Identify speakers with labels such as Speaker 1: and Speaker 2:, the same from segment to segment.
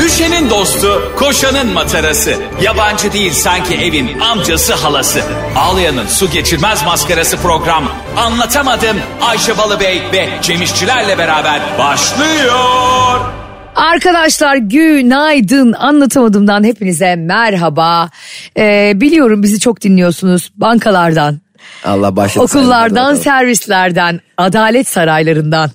Speaker 1: Düşenin dostu, koşanın matarası. Yabancı değil sanki evin amcası halası. Ağlayanın su geçirmez maskarası program. Anlatamadım Ayşe Balıbey ve Cemişçilerle beraber başlıyor.
Speaker 2: Arkadaşlar günaydın anlatamadığımdan hepinize merhaba. Ee, biliyorum bizi çok dinliyorsunuz bankalardan,
Speaker 3: Allah başladı.
Speaker 2: okullardan,
Speaker 3: sayın bakalım.
Speaker 2: servislerden, adalet saraylarından.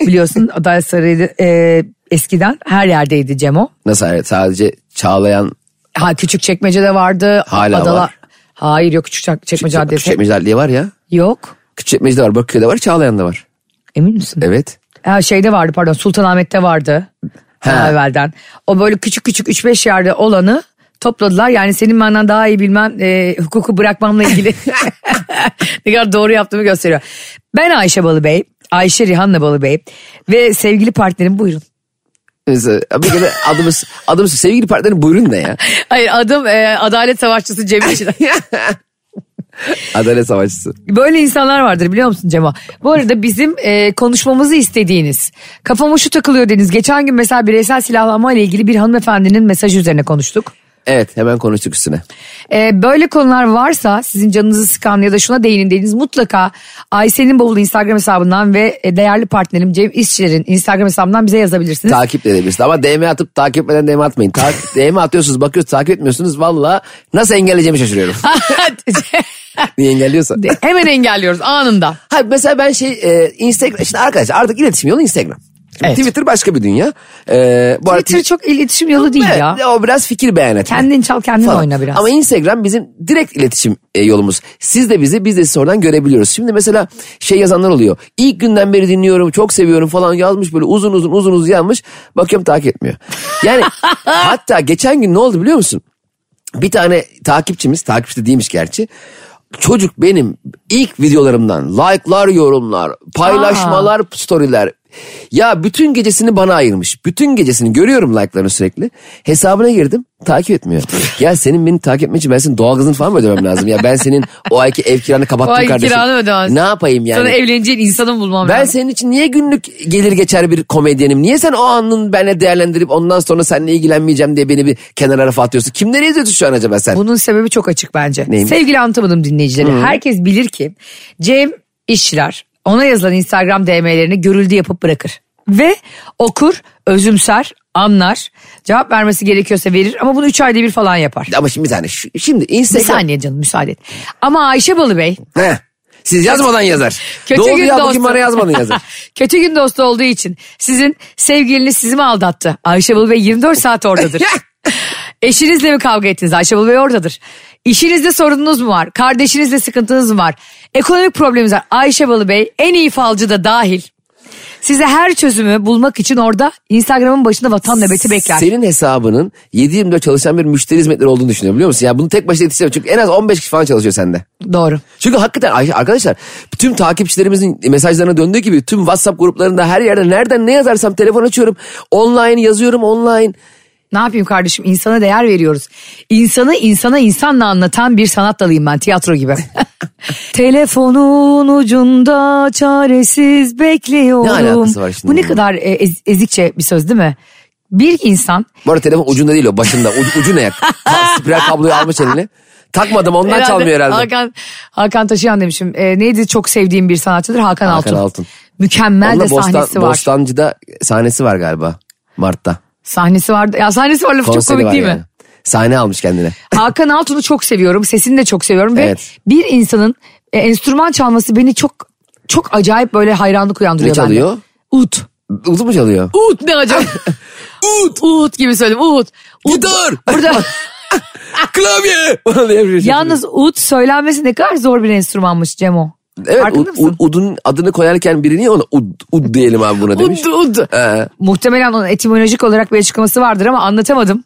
Speaker 2: Biliyorsun adalet sarayı e, eskiden her yerdeydi Cemo.
Speaker 3: Nasıl hayret? Sadece Çağlayan
Speaker 2: Ha küçük çekmecede vardı.
Speaker 3: Hala
Speaker 2: Adala-
Speaker 3: var.
Speaker 2: Hayır yok küçük çek- çekmece adresi.
Speaker 3: Küçükçekmeceler diye var ya.
Speaker 2: Yok.
Speaker 3: Küçükçekmece de var, Bakü'de var, Çağlayan da var.
Speaker 2: Emin misin?
Speaker 3: Evet.
Speaker 2: Ha, şeyde vardı pardon Sultanahmet'te vardı. Daha evvelden. O böyle küçük küçük 3-5 yerde olanı topladılar. Yani senin benden daha iyi bilmem e, hukuku bırakmamla ilgili ne kadar doğru yaptığımı gösteriyor. Ben Ayşe Balıbey, Ayşe Rihanna Balıbey ve sevgili partnerim buyurun.
Speaker 3: Neyse, Abi gene adımız, adımız sevgili partnerim buyurun ne ya?
Speaker 2: Hayır adım e, Adalet Savaşçısı Cem İşçiler.
Speaker 3: Adalet savaşçısı.
Speaker 2: Böyle insanlar vardır biliyor musun Cema? Bu arada bizim e, konuşmamızı istediğiniz, kafama şu takılıyor dediniz. Geçen gün mesela bireysel silahlanma ile ilgili bir hanımefendinin mesajı üzerine konuştuk.
Speaker 3: Evet hemen konuştuk üstüne.
Speaker 2: Ee, böyle konular varsa sizin canınızı sıkan ya da şuna değinin dediğiniz mutlaka Ayşe'nin bavulu Instagram hesabından ve e, değerli partnerim Cem İşçiler'in Instagram hesabından bize yazabilirsiniz.
Speaker 3: Takip de edebilirsin ama DM atıp takip etmeden DM atmayın. Tak- DM atıyorsunuz bakıyoruz takip etmiyorsunuz valla nasıl engelleyeceğimi şaşırıyorum. Niye engelliyorsa.
Speaker 2: Hemen engelliyoruz anında.
Speaker 3: Hayır mesela ben şey e, Instagram şimdi arkadaşlar artık iletişim yolu Instagram. Şimdi
Speaker 2: Evet.
Speaker 3: Twitter başka bir dünya. Ee, bu arada-
Speaker 2: Twitter çok iletişim yolu değil ya.
Speaker 3: Evet, O biraz fikir beyan etme.
Speaker 2: Kendin çal kendin
Speaker 3: falan.
Speaker 2: oyna biraz.
Speaker 3: Ama Instagram bizim direkt iletişim e, yolumuz. Siz de bizi biz de sizi oradan görebiliyoruz. Şimdi mesela şey yazanlar oluyor. İlk günden beri dinliyorum çok seviyorum falan yazmış böyle uzun uzun uzun uzun yazmış. Bakıyorum takip etmiyor. Yani hatta geçen gün ne oldu biliyor musun? Bir tane takipçimiz takipçi de değilmiş gerçi. Çocuk benim ilk videolarımdan like'lar, yorumlar, paylaşmalar, story'ler. Ya bütün gecesini bana ayırmış. Bütün gecesini görüyorum like'larını sürekli. Hesabına girdim takip etmiyor. ya senin beni takip etmen için ben senin doğalgazını falan mı ödemem lazım? Ya ben senin o ayki ev kiranı kapattım
Speaker 2: O ayki
Speaker 3: kardeşim.
Speaker 2: kiranı ödemezsin.
Speaker 3: Ne yapayım yani?
Speaker 2: Sana evleneceğin insanı bulmam
Speaker 3: Ben
Speaker 2: lazım.
Speaker 3: senin için niye günlük gelir geçer bir komedyenim? Niye sen o anın benimle değerlendirip ondan sonra seninle ilgilenmeyeceğim diye beni bir kenara rafa atıyorsun? Kimleri izliyorsun şu an acaba sen?
Speaker 2: Bunun sebebi çok açık bence.
Speaker 3: Neymiş?
Speaker 2: Sevgili anlatamadım dinleyicileri. Herkes bilir ki Cem İşçiler ona yazılan Instagram DM'lerini görüldü yapıp bırakır. Ve okur, özümser, anlar. Cevap vermesi gerekiyorsa verir ama bunu 3 ayda bir falan yapar.
Speaker 3: Ama şimdi bir saniye. Şu- Şimdi
Speaker 2: Bir
Speaker 3: Instagram...
Speaker 2: saniye canım müsaade et. Ama Ayşe Balıbey
Speaker 3: Heh. Siz yazmadan yazar.
Speaker 2: kötü
Speaker 3: Doğru
Speaker 2: gün
Speaker 3: ya
Speaker 2: dostu.
Speaker 3: bugün bana yazmadın yazar.
Speaker 2: kötü gün dostu olduğu için sizin sevgiliniz sizi mi aldattı? Ayşe Balıbey 24 saat oradadır. Eşinizle mi kavga ettiniz? Ayşe Balıbey oradadır. İşinizde sorununuz mu var? Kardeşinizle sıkıntınız mı var? Ekonomik probleminiz var. Ayşe Balıbey en iyi falcı da dahil. Size her çözümü bulmak için orada Instagram'ın başında vatan nöbeti bekler.
Speaker 3: Senin hesabının 7-24 çalışan bir müşteri hizmetleri olduğunu düşünüyorum biliyor musun? Ya bunu tek başına yetiştiremem. Çünkü en az 15 kişi falan çalışıyor sende.
Speaker 2: Doğru.
Speaker 3: Çünkü hakikaten Ayşe- arkadaşlar tüm takipçilerimizin mesajlarına döndüğü gibi tüm WhatsApp gruplarında her yerde nereden ne yazarsam telefon açıyorum. Online yazıyorum online.
Speaker 2: Ne yapayım kardeşim insana değer veriyoruz. İnsanı insana insanla anlatan bir sanat dalıyım ben tiyatro gibi. Telefonun ucunda çaresiz bekliyorum.
Speaker 3: Ne alakası var şimdi
Speaker 2: Bu ne
Speaker 3: bunun?
Speaker 2: kadar e, ez- ezikçe bir söz değil mi? Bir insan
Speaker 3: Bu arada telefon ucunda değil o başında. Ucu, ucu ne ya? Ka- Spiral kabloyu almış eline. Takmadım ondan çalmıyor herhalde.
Speaker 2: Hakan, Hakan Taşıyan demişim. E, neydi çok sevdiğim bir sanatçıdır? Hakan,
Speaker 3: Hakan
Speaker 2: Altun.
Speaker 3: Altun.
Speaker 2: Mükemmel
Speaker 3: Onunla
Speaker 2: de sahnesi
Speaker 3: Bostan-
Speaker 2: var.
Speaker 3: Bostancı'da sahnesi var galiba. Mart'ta.
Speaker 2: Sahnesi vardı. Ya sahnesi var lafı çok
Speaker 3: Konseri
Speaker 2: komik
Speaker 3: var
Speaker 2: değil mi?
Speaker 3: yani. Sahne almış kendine.
Speaker 2: Hakan Altun'u çok seviyorum. Sesini de çok seviyorum ve
Speaker 3: Evet.
Speaker 2: bir insanın e, enstrüman çalması beni çok çok acayip böyle hayranlık uyandırıyor
Speaker 3: Ne çalıyor?
Speaker 2: bende. Ut.
Speaker 3: Uzun mu çalıyor?
Speaker 2: Ut ne acayip. Ut. Ut gibi söyleyeyim. Ut. Ut.
Speaker 3: Gitar.
Speaker 2: Burada
Speaker 3: Klavye. Onu yapıyor şimdi.
Speaker 2: yalnız ut söylenmesi ne kadar zor bir enstrümanmış Cemo.
Speaker 3: evet,
Speaker 2: Farkında
Speaker 3: ud-
Speaker 2: mısın?
Speaker 3: ud- udun adını koyarken biri niye ona ud, ud diyelim abi buna demiş.
Speaker 2: Ud, ud.
Speaker 3: Ee,
Speaker 2: Muhtemelen onun etimolojik olarak bir açıklaması vardır ama anlatamadım.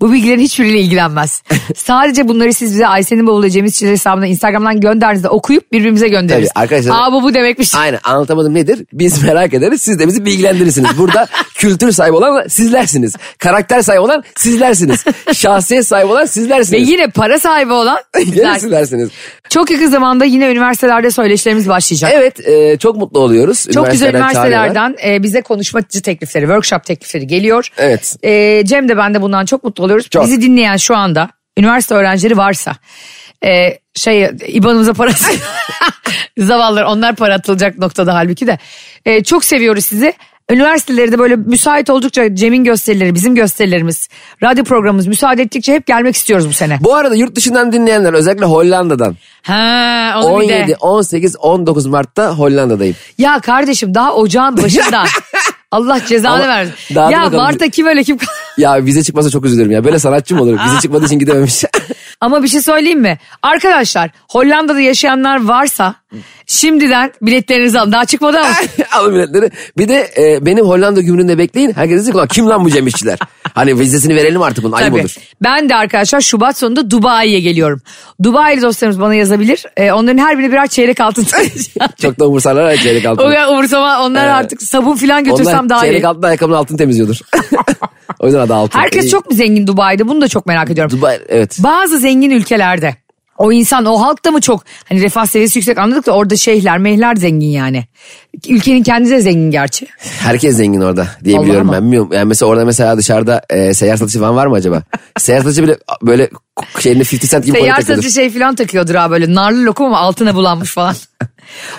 Speaker 2: Bu bilgilerin hiçbiriyle ilgilenmez. Sadece bunları siz bize Aysen'in bavulu Cem İşçiler hesabından Instagram'dan gönderdiğinizde okuyup birbirimize göndeririz.
Speaker 3: Tabii, arkadaşlar-
Speaker 2: Aa bu bu demekmiş.
Speaker 3: aynen anlatamadım nedir? Biz merak ederiz siz de bizi bilgilendirirsiniz. Burada kültür sahibi olan sizlersiniz. Karakter sahibi olan sizlersiniz. Şahsiyet sahibi olan
Speaker 2: Ve
Speaker 3: sizlersiniz.
Speaker 2: yine para sahibi olan
Speaker 3: Yine sizlersiniz.
Speaker 2: Çok yakın zamanda yine üniversitelerde söyleşilerimiz başlayacak.
Speaker 3: Evet e, çok mutlu oluyoruz.
Speaker 2: Çok güzel
Speaker 3: Üniversitelerden çağrılar.
Speaker 2: üniversitelerden e, bize konuşmacı teklifleri, workshop teklifleri geliyor.
Speaker 3: Evet.
Speaker 2: E, Cem de ben de bundan çok mutlu oluyoruz.
Speaker 3: Çok.
Speaker 2: Bizi dinleyen şu anda üniversite öğrencileri varsa e, şey IBAN'ımıza parası zavallılar onlar para atılacak noktada halbuki de. E, çok seviyoruz sizi. Üniversiteleri de böyle müsait oldukça Cem'in gösterileri, bizim gösterilerimiz, radyo programımız müsaade ettikçe hep gelmek istiyoruz bu sene.
Speaker 3: Bu arada yurt dışından dinleyenler özellikle Hollanda'dan
Speaker 2: Ha, onu bir de.
Speaker 3: 17, 18, 19 Mart'ta Hollanda'dayım.
Speaker 2: Ya kardeşim daha ocağın başında. Allah cezanı
Speaker 3: Ama
Speaker 2: versin.
Speaker 3: daha
Speaker 2: Ya
Speaker 3: bakalım.
Speaker 2: Mart'a kim öyle kim...
Speaker 3: Ya vize çıkmasa çok üzülürüm ya. Böyle sanatçı mı olur? Vize çıkmadığı için gidememiş.
Speaker 2: Ama bir şey söyleyeyim mi? Arkadaşlar Hollanda'da yaşayanlar varsa şimdiden biletlerinizi alın. Daha çıkmadı ama.
Speaker 3: Alın biletleri. Bir de e, benim Hollanda gümrüğünde bekleyin. Herkes diyecek "Ulan kim lan bu Cem İşçiler? hani vizesini verelim artık bunun ayıp
Speaker 2: Tabii.
Speaker 3: olur.
Speaker 2: Ben de arkadaşlar Şubat sonunda Dubai'ye geliyorum. Dubai'li dostlarımız bana yazabilir. Ee, onların her biri birer çeyrek altın taşıyacağım.
Speaker 3: Çok da umursarlar ya çeyrek
Speaker 2: O
Speaker 3: altını.
Speaker 2: ya umursama onlar artık sabun falan götürsem
Speaker 3: Ee, Onlar
Speaker 2: daha iyi.
Speaker 3: çeyrek altın ayakkabının altını temizliyordur. o yüzden adı altın.
Speaker 2: Herkes
Speaker 3: Ee,
Speaker 2: çok mu zengin Dubai'de? Bunu da çok merak ediyorum.
Speaker 3: Dubai, evet.
Speaker 2: bazı zengin ülkelerde o insan o halk da mı çok hani refah seviyesi yüksek anladık da orada şeyhler mehler zengin yani. Ülkenin kendisi de zengin gerçi.
Speaker 3: Herkes zengin orada diye
Speaker 2: Allah
Speaker 3: biliyorum
Speaker 2: ama.
Speaker 3: ben. Bilmiyorum. Yani mesela orada mesela dışarıda e, seyyar satıcı falan var mı acaba? seyyar satıcı bile böyle şeyinde 50 cent gibi para
Speaker 2: Seyyar
Speaker 3: takıyordur.
Speaker 2: satıcı şey falan takıyordur ha böyle narlı lokum ama altına bulanmış falan.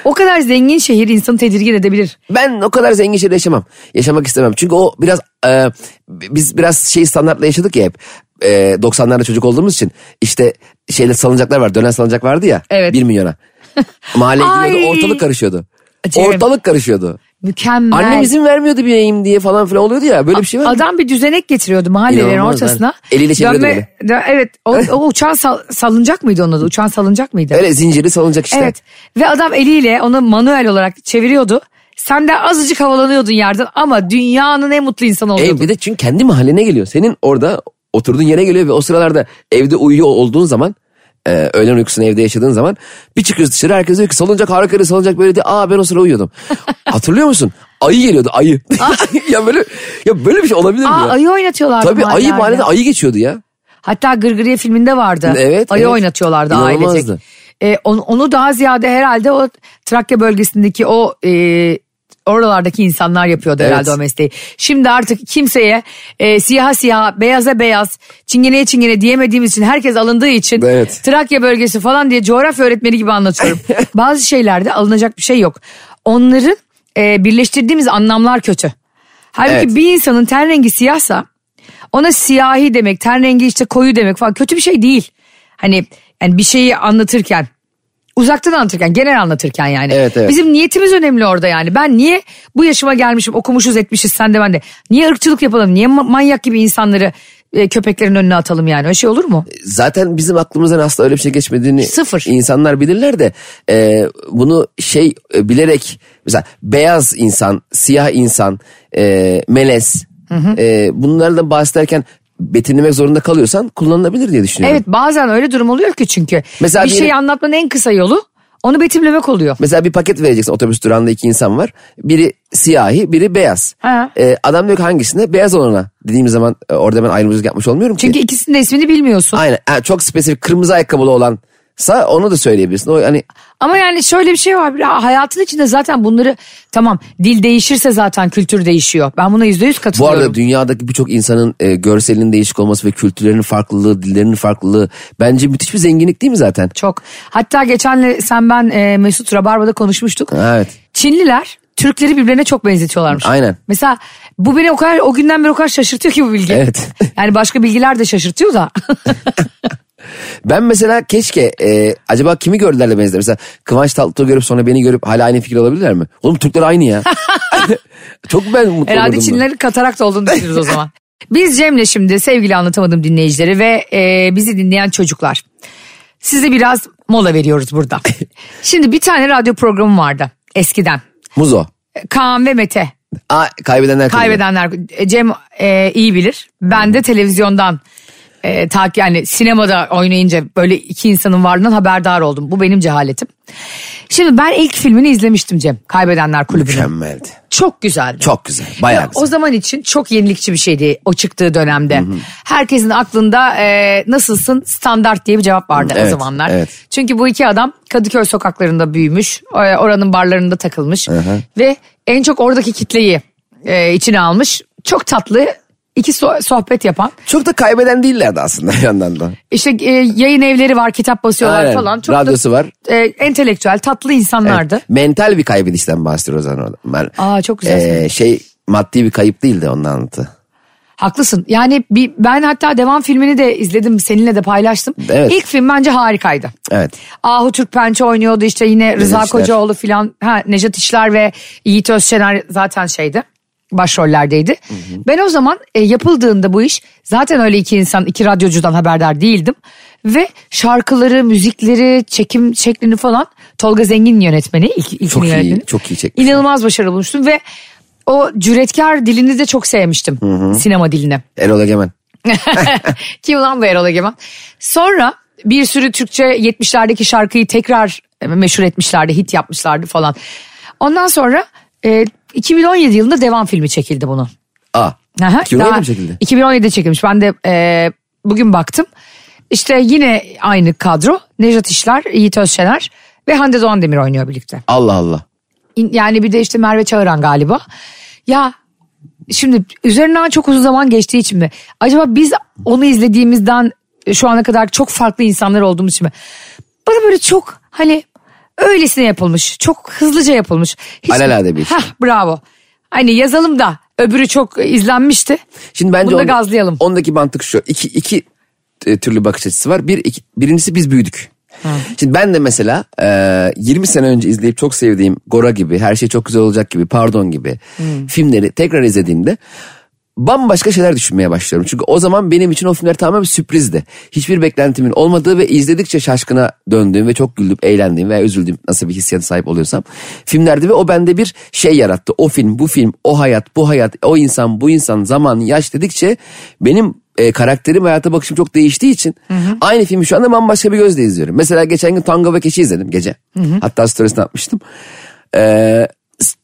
Speaker 2: o kadar zengin şehir insanı tedirgin edebilir.
Speaker 3: Ben o kadar zengin şeyde yaşamam. Yaşamak istemem. Çünkü o biraz e, biz biraz şey standartla yaşadık ya hep. E, 90'larda çocuk olduğumuz için işte şeyle salıncaklar var. Dönen salıncak vardı ya.
Speaker 2: Evet.
Speaker 3: 1 milyona. Mahalleye
Speaker 2: Ay.
Speaker 3: gidiyordu ortalık karışıyordu.
Speaker 2: Cem.
Speaker 3: Ortalık karışıyordu.
Speaker 2: Mükemmel.
Speaker 3: Annem izin vermiyordu bineyim diye falan filan oluyordu ya. Böyle bir şey var mı?
Speaker 2: Adam bir düzenek getiriyordu mahallelerin
Speaker 3: İnanılmaz,
Speaker 2: ortasına.
Speaker 3: evet. Eliyle çeviriyordu
Speaker 2: dö- Evet o, o uçan sal- salıncak mıydı onun adı? Uçan salıncak mıydı?
Speaker 3: Öyle zincirli salıncak işte.
Speaker 2: Evet ve adam eliyle onu manuel olarak çeviriyordu. Sen de azıcık havalanıyordun yerden ama dünyanın en mutlu insanı
Speaker 3: E
Speaker 2: oluyordun.
Speaker 3: bir de çünkü kendi mahallene geliyor. Senin orada oturduğun yere geliyor ve o sıralarda evde uyuyor olduğun zaman e, öğlen uykusunu evde yaşadığın zaman bir çıkıyoruz dışarı herkes diyor ki salıncak harika salıncak böyle diye aa ben o sıra uyuyordum. Hatırlıyor musun? Ayı geliyordu ayı. ya böyle ya böyle bir şey olabilir mi
Speaker 2: Aa,
Speaker 3: ya?
Speaker 2: ayı oynatıyorlardı
Speaker 3: Tabii ayı
Speaker 2: mahallelerde.
Speaker 3: mahallede ayı geçiyordu ya.
Speaker 2: Hatta Gırgırye filminde vardı.
Speaker 3: Evet,
Speaker 2: Ayı
Speaker 3: evet.
Speaker 2: oynatıyorlardı
Speaker 3: İnanılmazdı.
Speaker 2: ailecek. E, on- onu daha ziyade herhalde o Trakya bölgesindeki o e, oralardaki insanlar yapıyordu
Speaker 3: Evet.
Speaker 2: herhalde o mesleği. Şimdi artık kimseye e, siyaha siyaha, beyaza beyaz, çingeneye çingene diyemediğimiz için herkes alındığı için
Speaker 3: Evet.
Speaker 2: Trakya bölgesi falan diye coğrafya öğretmeni gibi anlatıyorum. Bazı şeylerde alınacak bir şey yok. Onların e, birleştirdiğimiz anlamlar kötü. Halbuki
Speaker 3: Evet.
Speaker 2: bir insanın ten rengi siyahsa ona siyahi demek, ten rengi işte koyu demek falan kötü bir şey değil. Hani yani bir şeyi anlatırken uzaktan anlatırken, genel anlatırken yani.
Speaker 3: Evet, evet.
Speaker 2: Bizim niyetimiz önemli orada yani. Ben niye bu yaşıma gelmişim, okumuşuz, etmişiz sen de ben de. Niye ırkçılık yapalım? Niye ma- manyak gibi insanları e, köpeklerin önüne atalım yani? Öyle şey olur mu?
Speaker 3: zaten bizim aklımızdan asla öyle bir şey geçmediğini
Speaker 2: Sıfır.
Speaker 3: insanlar bilirler de e, bunu şey e, bilerek mesela beyaz insan, siyah insan, e, melez e, bunlardan bahsederken betimlemek zorunda kalıyorsan kullanılabilir diye düşünüyorum.
Speaker 2: Evet bazen öyle durum oluyor ki çünkü.
Speaker 3: Mesela
Speaker 2: bir
Speaker 3: diyelim-
Speaker 2: şeyi anlatmanın en kısa yolu onu betimlemek oluyor.
Speaker 3: Mesela bir paket vereceksin otobüs durağında iki insan var. Biri siyahi biri beyaz.
Speaker 2: Ha.
Speaker 3: E, adam diyor ki hangisine? Beyaz olana. Dediğim zaman e, orada ben ayrımcılık yapmış olmuyorum ki.
Speaker 2: Çünkü ikisinin de ismini bilmiyorsun.
Speaker 3: Aynen Ha, çok spesifik kırmızı ayakkabılı olansa onu da söyleyebilirsin. O hani
Speaker 2: Ama yani şöyle bir şey var. Ya Hayatın içinde zaten bunları tamam dil değişirse zaten kültür değişiyor. Ben buna yüzde yüz
Speaker 3: Bu
Speaker 2: katılıyorum.
Speaker 3: arada dünyadaki birçok insanın e, görselinin değişik olması ve kültürlerinin farklılığı, dillerinin farklılığı bence müthiş bir zenginlik değil mi zaten?
Speaker 2: Çok. Hatta geçenle sen ben e, Mesut Rabarba'da konuşmuştuk.
Speaker 3: Evet.
Speaker 2: Çinliler Türkleri birbirine çok benzetiyorlarmış.
Speaker 3: Aynen.
Speaker 2: Mesela bu beni o kadar o günden beri o kadar şaşırtıyor ki bu bilgi.
Speaker 3: Evet.
Speaker 2: Yani başka bilgiler de şaşırtıyor da.
Speaker 3: Ben mesela keşke e, acaba kimi gördülerle benzer? Mesela Kıvanç Tatlıtuğ'u görüp sonra beni görüp hala aynı fikir olabilirler mi? Oğlum Türkler aynı ya. Çok ben mutlu
Speaker 2: Herhalde
Speaker 3: olurdum.
Speaker 2: Çinlilerin katarakt olduğunu düşünürüz o zaman. Biz Cem'le şimdi sevgili anlatamadım dinleyicileri ve e, bizi dinleyen çocuklar. Size biraz mola veriyoruz burada. Şimdi bir tane radyo programı vardı eskiden.
Speaker 3: Muzo.
Speaker 2: Kaan ve Mete
Speaker 3: Aa, kaybedenler kulübü.
Speaker 2: kaybedenler. Cem e, iyi bilir. Ben de televizyondan e, e, tak yani sinemada oynayınca böyle iki insanın varlığından haberdar oldum. Bu benim cehaletim. Şimdi ben ilk filmini izlemiştim Cem. Kaybedenler Kulübü'nü.
Speaker 3: Mükemmeldi.
Speaker 2: Çok güzeldi.
Speaker 3: Çok güzel. Bayağı
Speaker 2: Ya,
Speaker 3: güzel.
Speaker 2: O zaman için çok yenilikçi bir şeydi o çıktığı dönemde. Herkesin aklında e, nasılsın standart diye bir cevap vardı
Speaker 3: Evet,
Speaker 2: o zamanlar.
Speaker 3: evet.
Speaker 2: Çünkü bu iki adam Kadıköy sokaklarında büyümüş. e, Oranın barlarında takılmış. Ve en çok oradaki kitleyi e, içine almış. Çok tatlı iki so- sohbet yapan.
Speaker 3: Çok da kaybeden değillerdi aslında bir yandan da.
Speaker 2: İşte e, yayın evleri var kitap basıyorlar
Speaker 3: Aynen.
Speaker 2: falan. Çok
Speaker 3: Radyosu
Speaker 2: da,
Speaker 3: var.
Speaker 2: e, entelektüel tatlı insanlardı.
Speaker 3: Evet, mental bir kaybedişten bahsediyoruz o zaman. Ben,
Speaker 2: Aa, çok güzel söyledin.
Speaker 3: şey maddi bir kayıp değildi onun anlatı.
Speaker 2: Haklısın. Yani bir, ben hatta devam filmini de izledim. Seninle de paylaştım.
Speaker 3: Evet.
Speaker 2: İlk film bence harikaydı.
Speaker 3: Evet.
Speaker 2: Ahu Türkpençe oynuyordu işte yine Rıza
Speaker 3: İşler.
Speaker 2: Kocaoğlu filan. Ha, Nejat İşler ve Yiğit Özçener zaten şeydi başrollerdeydi. Ben o zaman e, yapıldığında bu iş zaten öyle iki insan iki radyocudan haberdar değildim. Ve şarkıları, müzikleri, çekim şeklini falan Tolga Zengin yönetmeni. Ilk, ilk
Speaker 3: Çok iyi,
Speaker 2: yönetmeni.
Speaker 3: çok iyi çekmiş.
Speaker 2: İnanılmaz başarılı bulmuştum ve o cüretkar dilini de çok sevmiştim sinema dilini.
Speaker 3: Erol Egemen.
Speaker 2: Kim ulan bu Erol Egemen? Sonra bir sürü Türkçe 70'lerdeki şarkıyı tekrar e, meşhur etmişlerdi, hit yapmışlardı falan. Ondan sonra e, 2017 yılında devam filmi çekildi bunun.
Speaker 3: Aa.
Speaker 2: Aha,
Speaker 3: Kim
Speaker 2: daha-
Speaker 3: oynadı şekilde?
Speaker 2: 2017'de çekilmiş. Ben de e, bugün baktım. İşte yine aynı kadro. Nejat İşler, Yiğit Özşener ve Hande Doğan Demir oynuyor birlikte.
Speaker 3: Allah Allah.
Speaker 2: İn- Yani bir de işte Merve Çağıran galiba. Ya şimdi üzerinden çok uzun zaman geçtiği için mi? Acaba biz onu izlediğimizden e, şu ana kadar çok farklı insanlar olduğumuz için mi? Bana böyle çok hani öylesine yapılmış. Çok hızlıca yapılmış. Hiç,
Speaker 3: Alelade bir şey. iş.
Speaker 2: Hah, bravo. Hani yazalım da öbürü çok e, izlenmişti.
Speaker 3: Şimdi bence
Speaker 2: Bunu da
Speaker 3: onda-
Speaker 2: gazlayalım.
Speaker 3: Ondaki mantık şu. İki, iki e, türlü bakış açısı var. Bir, iki- birincisi biz büyüdük. Şimdi ben de mesela e, 20 sene önce izleyip çok sevdiğim Gora gibi, Her Şey Çok Güzel Olacak gibi, Pardon gibi
Speaker 2: Hmm.
Speaker 3: filmleri tekrar izlediğimde bambaşka şeyler düşünmeye başlıyorum. Çünkü o zaman benim için o filmler tamamen bir sürprizdi. Hiçbir beklentimin olmadığı ve izledikçe şaşkına döndüğüm ve çok güldüm, eğlendiğim veya üzüldüğüm nasıl bir hissiyata sahip oluyorsam filmlerdi ve o bende bir şey yarattı. O film, bu film, o hayat, bu hayat, o insan, bu insan, zaman, yaş dedikçe benim e, karakterim hayata bakışım çok değiştiği için aynı filmi şu anda bambaşka bir gözle izliyorum. Mesela geçen gün Tango ve Keşi izledim gece. Hatta storiesini atmıştım. Ee, s-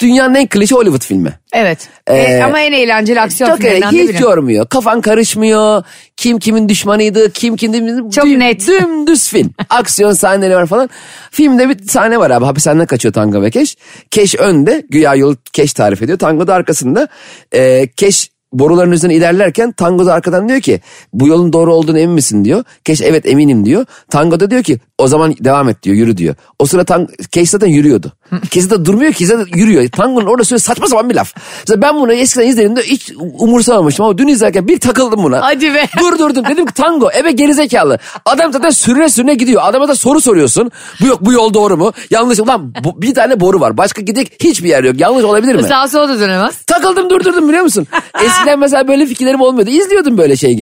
Speaker 3: dünyanın en klişe Hollywood filmi.
Speaker 2: Evet. E,
Speaker 3: Ee,
Speaker 2: ama en eğlenceli aksiyon
Speaker 3: Çok öyle
Speaker 2: filmlerinden de
Speaker 3: hiç
Speaker 2: biri.
Speaker 3: yormuyor. Kafan karışmıyor. Kim kimin düşmanıydı, kim kimin...
Speaker 2: Çok net.
Speaker 3: Dümdüz film. Aksiyon sahneleri var falan. Filmde bir sahne var abi. Hapishaneden kaçıyor Tango ve Keş. Keş önde. Güya yolu Keş tarif ediyor. Tango da arkasında. Ee, Keş boruların üzerine ilerlerken Tango da arkadan diyor ki bu yolun doğru olduğunu emin misin diyor. Keş evet eminim diyor. Tango da diyor ki o zaman devam et diyor yürü diyor. O sıra Tango, Keş zaten yürüyordu. Keş zaten durmuyor ki zaten yürüyor. Tango'nun orada söyle saçma sapan bir laf. Mesela ben bunu eskiden izlediğimde hiç umursamamıştım ama dün izlerken bir takıldım buna.
Speaker 2: Hadi be.
Speaker 3: Durdurdum dedim ki tango ebe gerizekalı. Adam zaten sürüne sürüne gidiyor. Adama da soru soruyorsun. Bu yok bu yol doğru mu? Yanlış mı? Lan bu- bir tane boru var. Başka gidecek hiçbir yer yok. Yanlış olabilir mi?
Speaker 2: Sağa sola da dönemez.
Speaker 3: Takıldım durdurdum biliyor musun? Eskiden mesela böyle fikirlerim olmuyordu. İzliyordum böyle şey.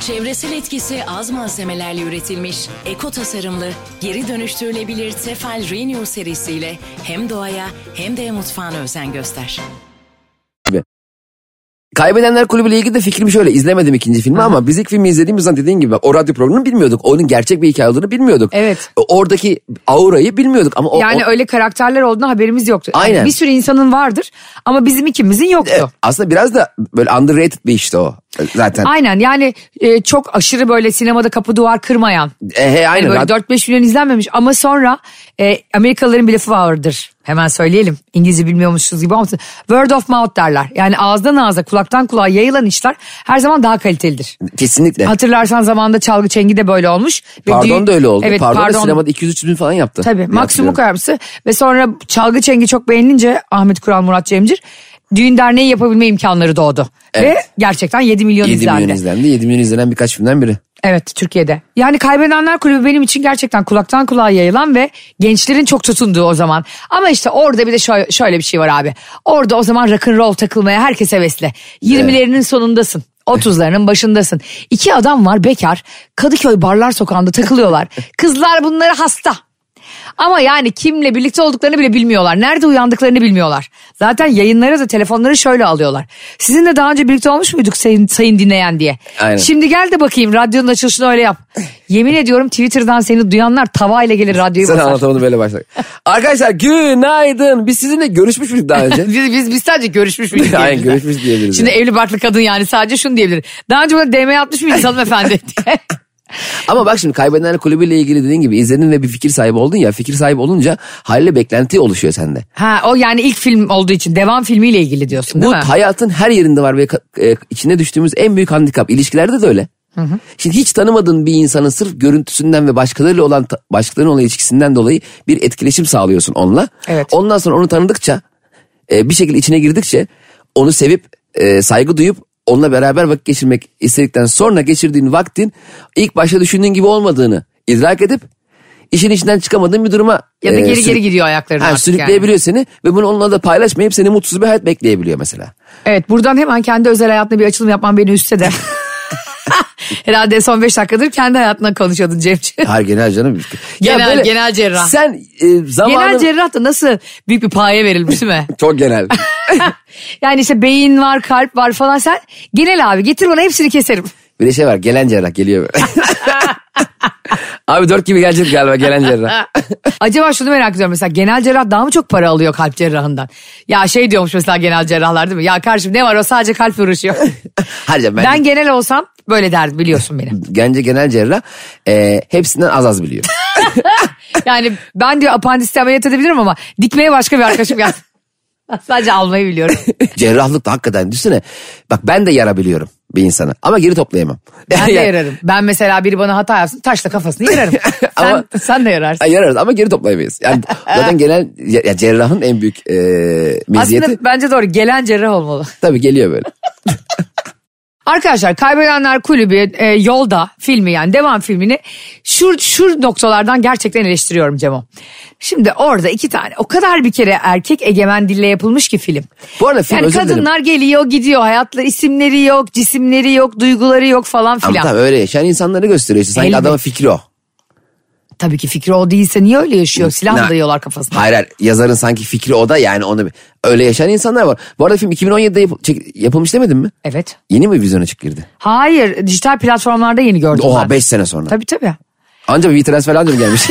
Speaker 4: Çevresel etkisi az malzemelerle üretilmiş, eko tasarımlı, geri dönüştürülebilir Tefal Renew serisiyle hem doğaya hem de mutfağına özen göster.
Speaker 3: Kaybedenler Kulübü ile ilgili de fikrim şöyle. İzlemedim ikinci filmi ama biz ilk filmi izlediğimiz zaman dediğin gibi bak, o radyo programını bilmiyorduk. Onun gerçek bir hikaye olduğunu bilmiyorduk.
Speaker 2: Evet.
Speaker 3: Oradaki aurayı bilmiyorduk ama o,
Speaker 2: Yani
Speaker 3: o-
Speaker 2: öyle karakterler olduğuna haberimiz yoktu. Yani
Speaker 3: Aynen.
Speaker 2: bir sürü insanın vardır ama bizim ikimizin yoktu.
Speaker 3: Evet, e, aslında biraz da böyle underrated bir işti o zaten.
Speaker 2: Aynen yani e, çok aşırı böyle sinemada kapı duvar kırmayan.
Speaker 3: E, he, aynen.
Speaker 2: Yani böyle
Speaker 3: Rad-
Speaker 2: 4-5 milyon izlenmemiş ama sonra e, Amerikalıların bir lafı vardır. Hemen söyleyelim. İngilizce bilmiyormuşuz gibi ama word of mouth derler. Yani ağızdan ağza kulaktan kulağa yayılan işler her zaman daha kalitelidir.
Speaker 3: Kesinlikle.
Speaker 2: Hatırlarsan zamanında Çalgı Çengi de böyle olmuş. Ve düğün-
Speaker 3: Pardon da öyle oldu.
Speaker 2: Evet,
Speaker 3: pardon, da
Speaker 2: pardon
Speaker 3: sinemada 200-300 bin falan yaptı.
Speaker 2: Tabii
Speaker 3: Diye
Speaker 2: maksimum
Speaker 3: hatırlıyorum.
Speaker 2: kararması ve sonra Çalgı Çengi çok beğenilince Ahmet Kural Murat Cemcir düğün derneği yapabilme imkanları doğdu. Ve gerçekten 7 milyon
Speaker 3: 7
Speaker 2: izlendi.
Speaker 3: milyon izlendi. 7 milyon izlenen birkaç filmden biri.
Speaker 2: Evet Türkiye'de. Yani Kaybedenler Kulübü benim için gerçekten kulaktan kulağa yayılan ve gençlerin çok tutunduğu o zaman. Ama işte orada bir de şöyle, şöyle bir şey var abi. Orada o zaman rock'n'roll takılmaya herkes hevesli. 20'lerinin sonundasın. 30'larının başındasın. İki adam var bekar. Kadıköy Barlar Sokağı'nda takılıyorlar. Kızlar bunları hasta. Ama yani kimle birlikte olduklarını bile bilmiyorlar. Nerede uyandıklarını bilmiyorlar. Zaten yayınlara da telefonları şöyle alıyorlar. Sizinle daha önce birlikte olmuş muyduk sayın, sayın dinleyen diye.
Speaker 3: Aynen.
Speaker 2: Şimdi gel de bakayım radyonun açılışını öyle yap. Yemin ediyorum Twitter'dan seni duyanlar tavayla gelir radyoyu
Speaker 3: Sen
Speaker 2: basar.
Speaker 3: anlatamadın böyle başladık. Arkadaşlar günaydın. Biz sizinle görüşmüş müydük daha önce?
Speaker 2: Biz, biz, biz sadece görüşmüş müydük?
Speaker 3: Aynen,
Speaker 2: diyebiliriz.
Speaker 3: görüşmüş diyebiliriz
Speaker 2: Şimdi
Speaker 3: yani.
Speaker 2: evli barklı kadın yani sadece şunu diyebilir. Daha önce bana DM atmış mıydınız hanımefendi diye.
Speaker 3: Ama bak şimdi kaybedenler kulübüyle ilgili dediğin gibi izledin ve bir fikir sahibi oldun ya. Fikir sahibi olunca haliyle beklenti oluşuyor sende.
Speaker 2: Ha o yani ilk film olduğu için devam filmiyle ilgili diyorsun değil
Speaker 3: Bu
Speaker 2: mi?
Speaker 3: hayatın her yerinde var ve ka- e, içine düştüğümüz en büyük handikap. İlişkilerde de öyle. Şimdi hiç tanımadığın bir insanın sırf görüntüsünden ve başkalarıyla olan ta- başkalarının olan ilişkisinden dolayı bir etkileşim sağlıyorsun onunla.
Speaker 2: Evet.
Speaker 3: Ondan sonra onu tanıdıkça e, bir şekilde içine girdikçe onu sevip e, saygı duyup onunla beraber vakit geçirmek istedikten sonra geçirdiğin vaktin ilk başta düşündüğün gibi olmadığını idrak edip işin içinden çıkamadığın bir duruma
Speaker 2: ya da
Speaker 3: e,
Speaker 2: geri
Speaker 3: sürük-
Speaker 2: geri gidiyor ayakların
Speaker 3: Ha,
Speaker 2: artık
Speaker 3: sürükleyebiliyor
Speaker 2: yani.
Speaker 3: seni ve bunu onunla da paylaşmayıp seni mutsuz bir hayat bekleyebiliyor mesela.
Speaker 2: Evet buradan hemen kendi özel hayatına bir açılım yapman beni üstse de. Herhalde son 5 dakikadır kendi hayatına konuşuyordun Cemciğim.
Speaker 3: Hayır genel canım.
Speaker 2: Genel- genel cerrah.
Speaker 3: Sen e, zamanın...
Speaker 2: Genel cerrah da nasıl büyük bir paye verilmiş değil mi?
Speaker 3: Çok genel.
Speaker 2: yani işte beyin var, kalp var falan sen genel abi getir bana hepsini keserim.
Speaker 3: bir de şey var gelen cerrah geliyor. Abi dört gibi gelecek galiba gelen cerrah.
Speaker 2: Acaba şunu merak ediyorum mesela genel cerrah daha mı çok para alıyor kalp cerrahından? Ya şey diyormuş mesela genel cerrahlar değil mi? Ya kardeşim ne var o sadece kalp uğraşıyor.
Speaker 3: Hayır canım,
Speaker 2: ben,
Speaker 3: ben,
Speaker 2: genel olsam böyle derdim biliyorsun beni.
Speaker 3: bence genel cerrah e, hepsinden az az biliyor.
Speaker 2: Yani ben diyor apandiste ameliyat edebilirim ama dikmeye başka bir arkadaşım geldi. sadece almayı biliyorum.
Speaker 3: Cerrahlık da hakikaten düşünsene. Bak ben de yara biliyorum bir insana ama geri toplayamam.
Speaker 2: Ben de
Speaker 3: Yani-
Speaker 2: yararım. Ben mesela biri bana hata yapsın taşla kafasını yararım. Sen,
Speaker 3: Ama-
Speaker 2: sen de yararsın.
Speaker 3: Ay, yararız ama geri toplayamayız. Yani zaten genel ya, ya cerrahın en büyük e, meziyeti
Speaker 2: Aslında bence doğru gelen cerrah olmalı.
Speaker 3: tabii geliyor böyle.
Speaker 2: Arkadaşlar Kaybedenler Kulübü e, yolda filmi yani devam filmini şu, şu noktalardan gerçekten eleştiriyorum Cemo. Şimdi orada iki tane o kadar bir kere erkek egemen dille yapılmış ki film.
Speaker 3: Bu arada film
Speaker 2: yani
Speaker 3: özür dilerim.
Speaker 2: kadınlar geliyor gidiyor hayatları isimleri yok cisimleri yok duyguları yok falan
Speaker 3: Ama
Speaker 2: filan.
Speaker 3: tamam öyle yaşayan insanları gösteriyor işte. Sanki
Speaker 2: Elbet.
Speaker 3: adamın fikri o.
Speaker 2: Tabii ki fikri o değilse niye öyle yaşıyor silah mı
Speaker 3: Ne-
Speaker 2: dayıyorlar kafasına.
Speaker 3: Hani Hayır hayır yazarın sanki fikri o da yani onu bir- öyle yaşayan insanlar var. Bu arada film 2017'de yap- çek- yapılmış demedin mi?
Speaker 2: Evet.
Speaker 3: Yeni mi vizyona çık girdi?
Speaker 2: Hayır dijital platformlarda yeni gördüm
Speaker 3: Oha
Speaker 2: ben.
Speaker 3: 5 sene sonra.
Speaker 2: Tabii tabii.
Speaker 3: Ancak bir transfer falan diyorum gelmiş.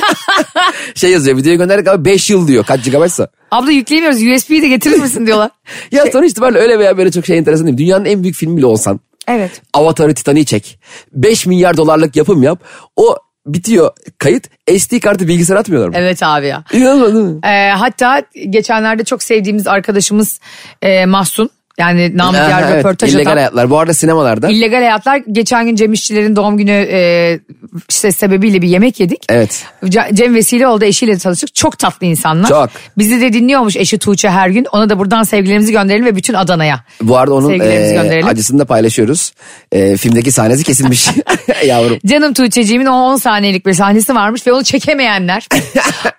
Speaker 3: şey yazıyor videoyu gönderdik abi 5 yıl diyor kaç gigabaytsa.
Speaker 2: Abla yükleyemiyoruz USB'yi de getirir misin diyorlar.
Speaker 3: Ya sonuç itibariyle öyle veya böyle çok şey enteresan değil mi? Dünyanın en büyük filmi bile olsan.
Speaker 2: Evet.
Speaker 3: Avatar'ı Titan'ı çek. 5 milyar dolarlık yapım yap. O bitiyor kayıt. SD kartı bilgisayar atmıyorlar mı?
Speaker 2: Evet abi ya.
Speaker 3: İnanılmaz değil mi?
Speaker 2: Ee, hatta geçenlerde çok sevdiğimiz arkadaşımız e, Mahsun. Yani namı
Speaker 3: Aha,
Speaker 2: diğer
Speaker 3: evet,
Speaker 2: röportaj
Speaker 3: illegal
Speaker 2: atan.
Speaker 3: hayatlar. Bu arada sinemalarda.
Speaker 2: İllegal hayatlar. Geçen gün Cem İşçilerin doğum günü e, işte sebebiyle bir yemek yedik.
Speaker 3: Evet.
Speaker 2: Ca- Cem vesile oldu eşiyle tanıştık. Çok tatlı insanlar.
Speaker 3: Çok.
Speaker 2: Bizi de dinliyormuş eşi Tuğçe her gün. Ona da buradan sevgilerimizi gönderelim ve bütün Adana'ya.
Speaker 3: Bu arada onun
Speaker 2: Sevgilerimizi
Speaker 3: eee,
Speaker 2: gönderelim.
Speaker 3: acısını da paylaşıyoruz. Eee, filmdeki sahnesi kesilmiş yavrum.
Speaker 2: Canım Tuğçe'ciğimin o 10 saniyelik bir sahnesi varmış ve onu çekemeyenler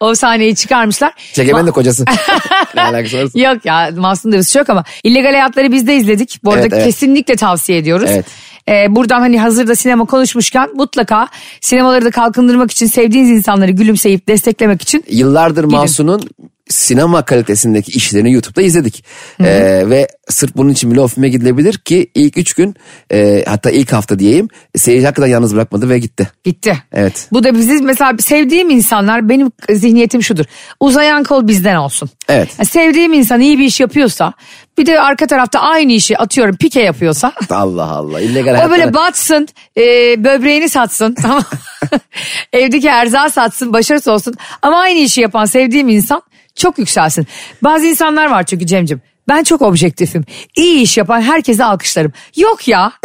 Speaker 2: o sahneyi çıkarmışlar.
Speaker 3: Çekemen de kocası. ne alakası varsa.
Speaker 2: Yok ya Mahsun da bir suçu yok ama illegal hayatları biz de izledik. Bu arada
Speaker 3: Evet, evet.
Speaker 2: kesinlikle tavsiye ediyoruz.
Speaker 3: Evet.
Speaker 2: Ee, buradan hani hazırda sinema konuşmuşken mutlaka sinemaları da kalkındırmak için sevdiğiniz insanları gülümseyip desteklemek için
Speaker 3: Yıllardır Mahsun'un sinema kalitesindeki işlerini YouTube'da izledik. Eee, ve sırf bunun için bile o filme gidilebilir ki ilk üç gün eee, hatta ilk hafta diyeyim seyirci hakikaten yalnız bırakmadı ve gitti.
Speaker 2: gitti.
Speaker 3: Evet.
Speaker 2: Bu da bizi mesela sevdiğim insanlar benim zihniyetim şudur. Uzayan kol bizden olsun.
Speaker 3: Evet.
Speaker 2: Yani sevdiğim insan iyi bir iş yapıyorsa bir de arka tarafta aynı işi atıyorum pike yapıyorsa
Speaker 3: Allah Allah. illegal
Speaker 2: O
Speaker 3: hayatlara-
Speaker 2: böyle batsın, e, böbreğini satsın tamam Evdeki erzağı satsın, başarısı olsun. Ama aynı işi yapan sevdiğim insan çok yükselsin. Bazı insanlar var çünkü Cem'cim. Ben çok objektifim. İyi iş yapan herkese alkışlarım. Yok ya.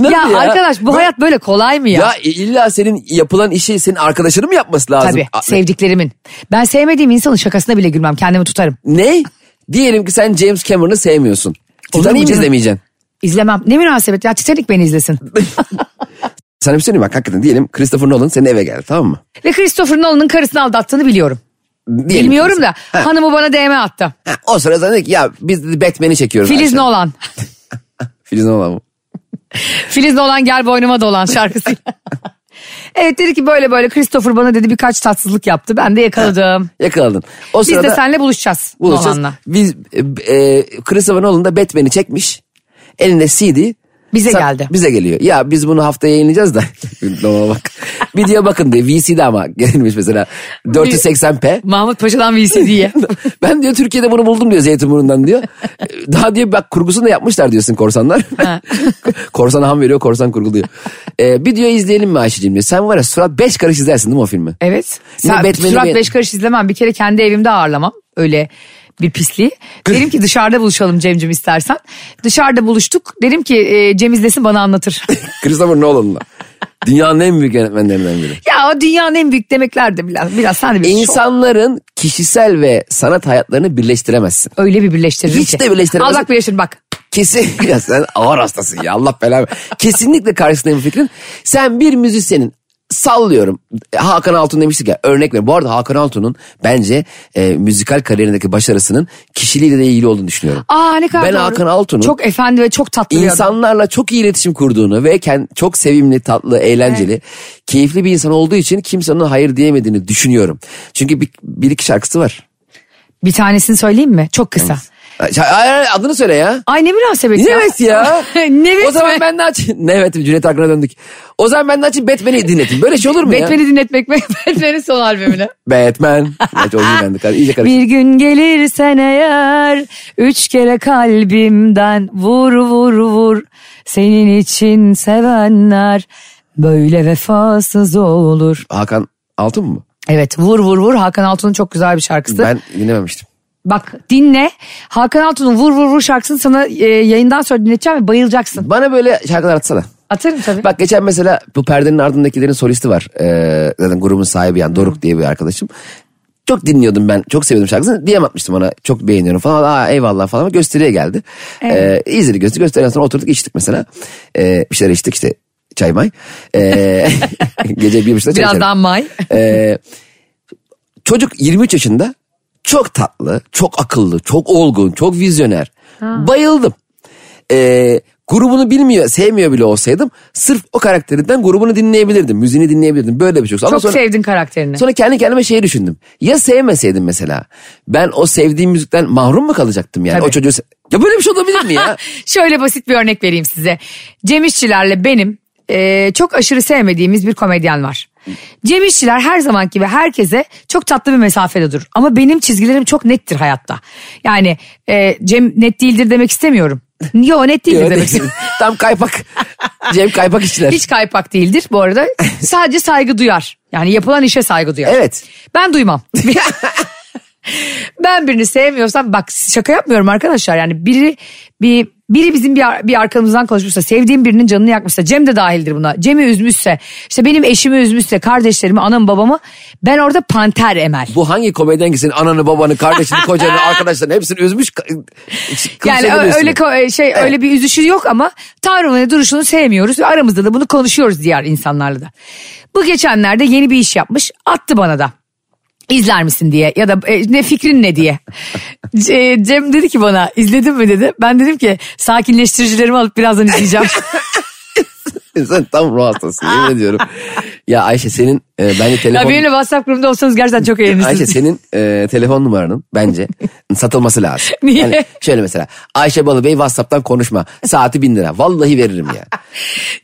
Speaker 3: Nasıl
Speaker 2: ya, arkadaş bu
Speaker 3: Ben-
Speaker 2: hayat böyle kolay mı ya?
Speaker 3: Ya illa senin yapılan işi senin arkadaşının mı yapması lazım?
Speaker 2: Tabii
Speaker 3: A-
Speaker 2: sevdiklerimin. Ben sevmediğim insanın şakasına bile gülmem. Kendimi tutarım.
Speaker 3: Ne? Diyelim ki sen James Cameron'ı sevmiyorsun.
Speaker 2: Olur mu
Speaker 3: Titanic'i
Speaker 2: canım?
Speaker 3: izlemeyeceksin.
Speaker 2: İzlemem. Ne münasebet ya Titanic beni izlesin.
Speaker 3: Sana bir şey söyleyeyim mi? bak hakikaten diyelim Christopher Nolan senin eve geldi tamam mı?
Speaker 2: Ve Christopher Nolan'ın karısını aldattığını biliyorum.
Speaker 3: Diyelim ki
Speaker 2: Bilmiyorum
Speaker 3: sen-
Speaker 2: da hanımı bana DM attı.
Speaker 3: Ha, o sırada sen dedi ki ya biz dedi Batman'i çekiyoruz.
Speaker 2: Filiz
Speaker 3: akşam."
Speaker 2: Nolan.
Speaker 3: Filiz Nolan mı?
Speaker 2: Filiz Nolan gel boynuma dolan şarkısıyla. Evet dedi ki böyle böyle Christopher bana dedi birkaç tatsızlık yaptı. Ben de yakaladım.
Speaker 3: Yakaladın. O
Speaker 2: Biz de seninle buluşacağız.
Speaker 3: buluşacağız.
Speaker 2: Nolan'la.
Speaker 3: Biz e, e, Christopher Nolan da Batman'i çekmiş. Elinde CD.
Speaker 2: Bize geldi.
Speaker 3: Bize geliyor. Ya biz bunu haftaya yayınlayacağız da. Nolan'a bak. Videoya bakın diye. VCD ama gelmiş mesela. 480p.
Speaker 2: Mahmut Paşa'dan VCD'ye.
Speaker 3: ben diyor Türkiye'de bunu buldum diyor Zeytinburnu'ndan diyor. Daha diyor bak kurgusunu da yapmışlar diyorsun korsanlar. Korsana ham veriyor korsan kurguluyor. Ee, bir diyor izleyelim mi Ayşe'cim diyor. Sen var ya surat beş karış izlersin değil mi o filmi?
Speaker 2: Evet.
Speaker 3: Yine
Speaker 2: Sen,
Speaker 3: Batman'i
Speaker 2: surat
Speaker 3: beğen-
Speaker 2: beş karış izlemem. Bir kere kendi evimde ağırlamam. Öyle bir pisliği. Derim ki dışarıda buluşalım Cem'cim istersen. Dışarıda buluştuk. Derim ki e, Cem izlesin bana anlatır.
Speaker 3: Christopher Nolan'la. Dünyanın en büyük yönetmenlerinden biri.
Speaker 2: ya o dünyanın en büyük demekler de biraz, biraz sen de bir şok.
Speaker 3: İnsanların kişisel ve sanat hayatlarını birleştiremezsin.
Speaker 2: Öyle bir birleştiririm
Speaker 3: Hiç
Speaker 2: ki.
Speaker 3: de birleştiremez.
Speaker 2: Allah birleştir bak.
Speaker 3: Kesin ya sen ağır hastasın ya Allah belanı. Kesinlikle karşısındayım bu fikrin. Sen bir müzisyenin sallıyorum. Hakan Altun demiştik ya örnek ver. Bu arada Hakan Altun'un bence e, müzikal kariyerindeki başarısının kişiliğiyle de ilgili olduğunu düşünüyorum.
Speaker 2: Aa ne kadar
Speaker 3: Ben
Speaker 2: doğru.
Speaker 3: Hakan Altun'un-
Speaker 2: Çok efendi ve çok tatlı bir adam.
Speaker 3: İnsanlarla çok iyi iletişim kurduğunu ve kend, çok sevimli, tatlı, eğlenceli, keyifli bir insan olduğu için kimsenin ona hayır diyemediğini düşünüyorum. Çünkü bir, bir iki şarkısı var.
Speaker 2: Bir tanesini söyleyeyim mi? Çok kısa.
Speaker 3: Ay, ay, ay, Adını söyle ya.
Speaker 2: Ay ne münasebet ya.
Speaker 3: Evet ya.
Speaker 2: Nevet
Speaker 3: o zaman
Speaker 2: mi?
Speaker 3: ben de açayım. Ne evet Cüneyt Arkın'a döndük. O zaman ben de açayım Batman'i dinletin. Böyle şey olur mu ya?
Speaker 2: Batman'i dinletmek mi? Batman'in son albümünü.
Speaker 3: Batman. Evet o iyi bende. İyice karıştı.
Speaker 2: Bir gün gelirsen eğer üç kere kalbimden vur vur vur senin için sevenler böyle vefasız olur.
Speaker 3: Hakan Altın mı?
Speaker 2: Evet vur vur vur Hakan Altun'un çok güzel bir şarkısı.
Speaker 3: Ben dinlememiştim.
Speaker 2: Bak dinle Hakan Altun'un vur vur vur şarkısını sana e, yayından sonra dinleteceğim ve bayılacaksın.
Speaker 3: Bana böyle şarkılar atsana.
Speaker 2: Atarım tabii.
Speaker 3: Bak geçen mesela bu perdenin ardındakilerin solisti var. Ee, zaten grubun sahibi yani Doruk diye bir arkadaşım. Çok dinliyordum ben. Çok seviyordum şarkısını. Diyem atmıştım ona. Çok beğeniyorum falan. Aa eyvallah falan. ama Gösteriye geldi. Evet. Ee, izledik gösteri. Gösteriden sonra oturduk içtik mesela. Ee, bir şeyler içtik işte. Çay may. Ee, gece bir buçukta çay içerim.
Speaker 2: Birazdan May.
Speaker 3: Ee, çocuk 23 yaşında çok tatlı, çok akıllı, çok olgun, çok vizyoner. Bayıldım. Ee, grubunu bilmiyor, sevmiyor bile olsaydım sırf o karakterinden grubunu dinleyebilirdim, müziğini dinleyebilirdim. Böyle bir şey. Ama
Speaker 2: Çok
Speaker 3: sonra,
Speaker 2: sevdin karakterini.
Speaker 3: sonra kendi kendime şey düşündüm. Ya sevmeseydim mesela ben o sevdiğim müzikten mahrum mu kalacaktım yani?
Speaker 2: Tabii.
Speaker 3: O çocuğu se- ya böyle bir şey olabilir mi ya?
Speaker 2: Şöyle basit bir örnek vereyim size. Cem İşçilerle benim e, çok aşırı sevmediğimiz bir komedyen var. Cem İşçiler her zamanki ve herkese çok tatlı bir mesafede durur. Ama benim çizgilerim çok nettir hayatta. Yani e, Cem net değildir demek istemiyorum. Yo net değildir demek istemiyorum.
Speaker 3: Tam kaypak. Cem kaypak işler.
Speaker 2: Hiç kaypak değildir bu arada. Sadece saygı duyar. Yani yapılan işe saygı duyar.
Speaker 3: Evet.
Speaker 2: Ben duymam. ben birini sevmiyorsam bak şaka yapmıyorum arkadaşlar. Yani biri bir biri bizim bir, ar- bir arkamızdan konuşmuşsa, sevdiğim birinin canını yakmışsa, Cem de dahildir buna. Cem'i üzmüşse, işte benim eşimi üzmüşse, kardeşlerimi, anamı, babamı ben orada panter emer.
Speaker 3: Bu hangi komedyen ki senin ananı babanı kardeşini kocanı arkadaşlarını hepsini üzmüş. ka- ıı,
Speaker 2: Yani
Speaker 3: kimseye
Speaker 2: ö-
Speaker 3: demiyorsun.
Speaker 2: öyle ko- şey öyle bir üzüşü yok ama tavrını duruşunu sevmiyoruz ve aramızda da bunu konuşuyoruz diğer insanlarla da. Bu geçenlerde yeni bir iş yapmış attı bana da. İzler misin diye ya da e, ne fikrin ne diye. C- Cem dedi ki bana izledin mi dedi. Ben dedim ki sakinleştiricilerimi alıp birazdan izleyeceğim.
Speaker 3: Sen tam ruh hastası yemin ediyorum. Ya Ayşe senin e, bence
Speaker 2: ya
Speaker 3: telefon...
Speaker 2: benimle WhatsApp grubunda olsanız gerçekten çok
Speaker 3: Ayşe
Speaker 2: eğlenirsiniz.
Speaker 3: senin e, telefon numaranın bence satılması lazım.
Speaker 2: Niye?
Speaker 3: Yani şöyle mesela Ayşe Balıbey Whatsapp'tan konuşma. Saati bin lira. Vallahi veririm ya.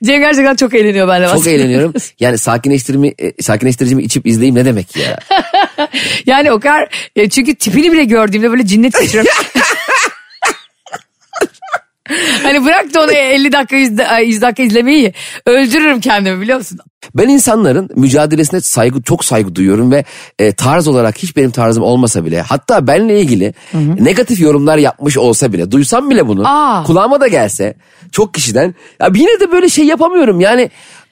Speaker 2: Cem gerçekten çok eğleniyor benimle.
Speaker 3: Çok eğleniyorum. Yani sakinleştirme, e, sakinleştiricimi içip izleyeyim ne demek ya?
Speaker 2: Yani o kadar e, çünkü tipini bile gördüğümde böyle cinnet geçiriyorum. hani bırak da onu 50 dakika 100, da- ay, 100 dakika izlemeyi öldürürüm kendimi biliyor musun?
Speaker 3: Ben insanların mücadelesine saygı çok saygı duyuyorum ve e, tarz olarak hiç benim tarzım olmasa bile hatta benle ilgili negatif yorumlar yapmış olsa bile duysam bile bunu
Speaker 2: Aa.
Speaker 3: kulağıma da gelse çok kişiden ya yine de böyle şey yapamıyorum yani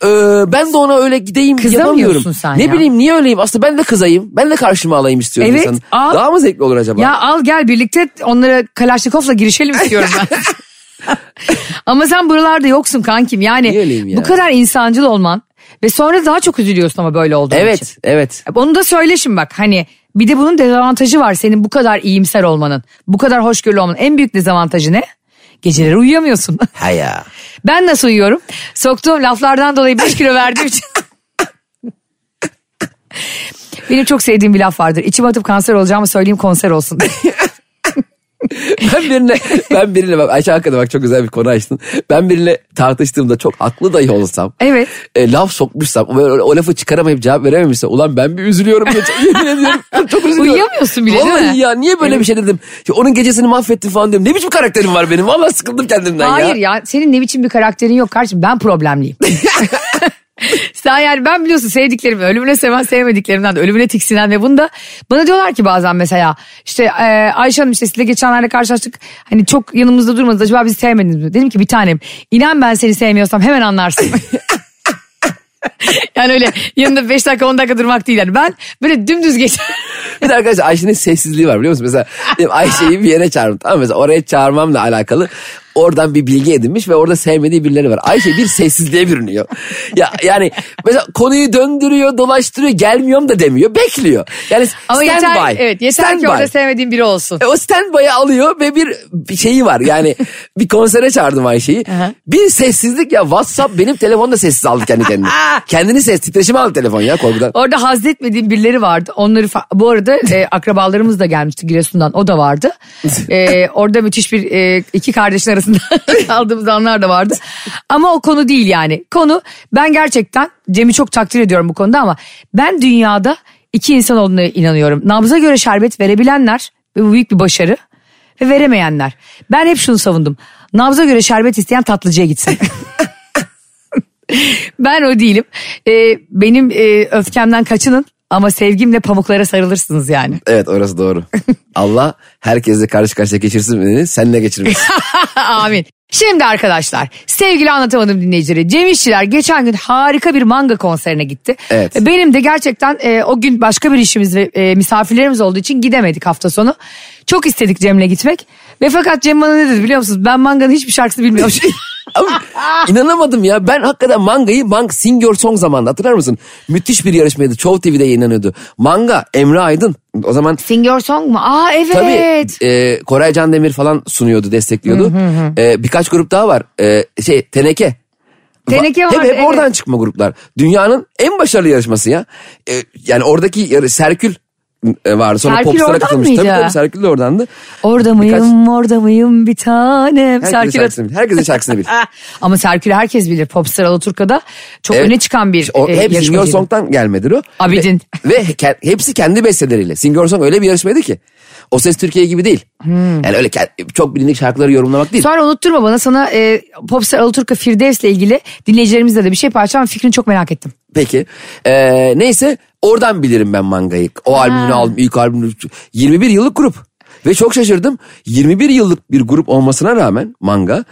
Speaker 3: e, ben de ona öyle gideyim
Speaker 2: Kızamıyorsun
Speaker 3: yapamıyorum.
Speaker 2: sen
Speaker 3: ne
Speaker 2: ya.
Speaker 3: bileyim niye öyleyim aslında ben de kızayım ben de karşıma alayım istiyorum
Speaker 2: Evet,
Speaker 3: insanı.
Speaker 2: al.
Speaker 3: Daha mı zevkli olur acaba?
Speaker 2: Ya al gel birlikte onlara Kalaşnikov'la girişelim istiyorum ben. Ama sen buralarda yoksun kankim
Speaker 3: Niye
Speaker 2: yani
Speaker 3: öyleyim ya?
Speaker 2: bu kadar insancıl olman ve sonra daha çok üzülüyorsun ama böyle olduğun için.
Speaker 3: evet evet.
Speaker 2: Onu da söyleşin bak hani bir de bunun dezavantajı var senin bu kadar iyimser olmanın. Bu kadar hoşgörülü olmanın en büyük dezavantajı ne? Geceleri uyuyamıyorsun.
Speaker 3: Ha ya.
Speaker 2: ben nasıl uyuyorum? Soktuğum laflardan dolayı 5 kilo verdiğim için. Benim çok sevdiğim bir laf vardır. İçime atıp kanser olacağımı söyleyeyim konser olsun.
Speaker 3: Ben birine, ben birine bak Ayşe hakikaten bak çok güzel bir konu açtın. Ben birine tartıştığımda çok haklı dahi olsam.
Speaker 2: Evet.
Speaker 3: e, laf sokmuşsam o, o lafı çıkaramayıp cevap verememişsem. Ulan ben bir üzülüyorum. Geç, yemin ediyorum çok üzülüyorum.
Speaker 2: Uyuyamıyorsun bile değil mi?
Speaker 3: Vallahi ya niye böyle bir şey dedim. Ya, onun gecesini mahvettim falan diyorum. Ne biçim karakterim var benim. Vallahi sıkıldım kendimden ya.
Speaker 2: Hayır ya. senin ne biçim bir karakterin yok kardeşim ben problemliyim. Sen yani ben biliyorsun sevdiklerimi ölümüne seven sevmediklerimden de ölümüne tiksinen ve bunu da bana diyorlar ki bazen mesela işte e, Ayşe Hanım işte sizle geçenlerde karşılaştık hani çok yanımızda durmadınız acaba bizi sevmediniz mi? Dedim ki bir tanem inan ben seni sevmiyorsam hemen anlarsın. yani öyle yanında 5 dakika 10 dakika durmak değil yani ben böyle dümdüz geçer.
Speaker 3: Bir de arkadaşlar Ayşe'nin sessizliği var biliyor musun? Mesela diyelim Ayşe'yi bir yere çağırdım. Tamam mı? mesela oraya çağırmamla alakalı oradan bir bilgi edinmiş ve orada sevmediği birileri var. Ayşe bir sessizliğe bürünüyor. Ya yani mesela konuyu döndürüyor, dolaştırıyor, gelmiyorum da demiyor, bekliyor. Yani
Speaker 2: Ama
Speaker 3: stand
Speaker 2: yeter,
Speaker 3: by.
Speaker 2: evet, yeter
Speaker 3: stand
Speaker 2: ki orada
Speaker 3: by.
Speaker 2: sevmediğin biri olsun.
Speaker 3: E, o standby'ı alıyor ve bir bir şeyi var yani bir konsere çağırdım Ayşe'yi.
Speaker 2: hı.
Speaker 3: Bir sessizlik ya WhatsApp benim telefonda sessiz aldı kendi kendine. Kendini ses titreşime aldı telefon ya korkudan.
Speaker 2: Orada hazretmediğim birileri vardı. Onları fa- bu arada e, akrabalarımız da gelmişti Giresun'dan. O da vardı. E, orada müthiş bir e, iki kardeşin arasında kaldığımız anlar da vardı. Ama o konu değil yani. Konu ben gerçekten Cem'i çok takdir ediyorum bu konuda ama ben dünyada iki insan olduğuna inanıyorum. Nabza göre şerbet verebilenler ve bu büyük bir başarı ve veremeyenler. Ben hep şunu savundum. Nabza göre şerbet isteyen tatlıcıya gitsin. Ben o değilim. Ee, benim e, öfkemden kaçının ama sevgimle pamuklara sarılırsınız yani.
Speaker 3: Evet orası doğru. Allah herkesle karşı karşıya geçirsin beni senle geçirmesin.
Speaker 2: Amin. Şimdi arkadaşlar sevgili anlatamadım dinleyicileri Cem İşçiler geçen gün harika bir manga konserine gitti.
Speaker 3: Evet.
Speaker 2: Benim de gerçekten e, o gün başka bir işimiz ve e, misafirlerimiz olduğu için gidemedik hafta sonu. Çok istedik Cem'le gitmek ve fakat Cem bana ne dedi biliyor musunuz ben manganın hiçbir şarkısını bilmiyorum.
Speaker 3: Ama inanamadım ya. Ben hakikaten mangayı Mang Singer Song zamanında hatırlar mısın? Müthiş bir yarışmaydı. Show TV'de yayınlanıyordu. Manga Emre Aydın. O zaman
Speaker 2: Singer Song mu? Aa evet.
Speaker 3: tabii e, Koray Can Demir falan sunuyordu, destekliyordu. E, birkaç grup daha var. E, şey Teneke.
Speaker 2: Teneke
Speaker 3: Hep,
Speaker 2: vardı,
Speaker 3: hep
Speaker 2: evet.
Speaker 3: oradan çıkma gruplar. Dünyanın en başarılı yarışması ya. E, yani oradaki yarı, Serkül e, vardı. Sonra
Speaker 2: Serkül
Speaker 3: Popstar'a
Speaker 2: oradan
Speaker 3: katılmış. Tabii
Speaker 2: mıydı?
Speaker 3: tabii Serkül de oradandı.
Speaker 2: Orada mıyım orada mıyım bir tanem.
Speaker 3: Herkesin
Speaker 2: Serkil At-
Speaker 3: şarkısını bil. Herkesin şarkısını bil.
Speaker 2: Ama Serkül'ü herkes bilir. Popstar Alaturka'da çok
Speaker 3: Evet.
Speaker 2: öne çıkan bir
Speaker 3: o,
Speaker 2: e,
Speaker 3: hep Singer
Speaker 2: yarışmacıydı.
Speaker 3: Song'dan gelmedir o.
Speaker 2: Abidin.
Speaker 3: Ve, ve ke- hepsi kendi besteleriyle. Singer Song öyle bir yarışmaydı ki. O ses Türkiye gibi değil. Yani öyle ke- çok bilindik şarkıları yorumlamak değil.
Speaker 2: Sonra unutturma bana sana e, Popstar Alaturka Firdevs'le ilgili dinleyicilerimizle de bir şey paylaşacağım. Fikrini çok merak ettim.
Speaker 3: Peki. Ee, neyse oradan bilirim ben mangayı. O albümünü aldım. ilk albümünü. 21 yıllık grup. Ve çok şaşırdım. 21 yıllık bir grup olmasına rağmen manga